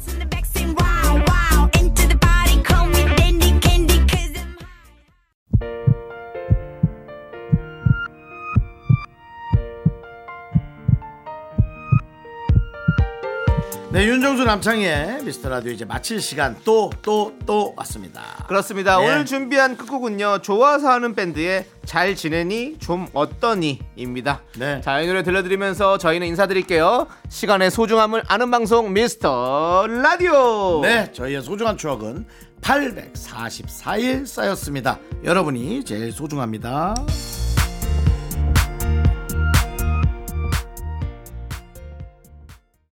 [SPEAKER 2] 네, 윤정수 남창희의 미스터 라디오 이제 마칠 시간 또 또 또 왔습니다.
[SPEAKER 3] 그렇습니다.
[SPEAKER 2] 네.
[SPEAKER 3] 오늘 준비한 끝곡은요. 좋아서 하는 밴드의 잘 지내니 좀 어떠니입니다.
[SPEAKER 2] 네.
[SPEAKER 3] 자, 이 노래 들려드리면서 저희는 인사드릴게요. 시간의 소중함을 아는 방송 미스터 라디오.
[SPEAKER 2] 네, 저희의 소중한 추억은 844일 쌓였습니다. 여러분이 제일 소중합니다.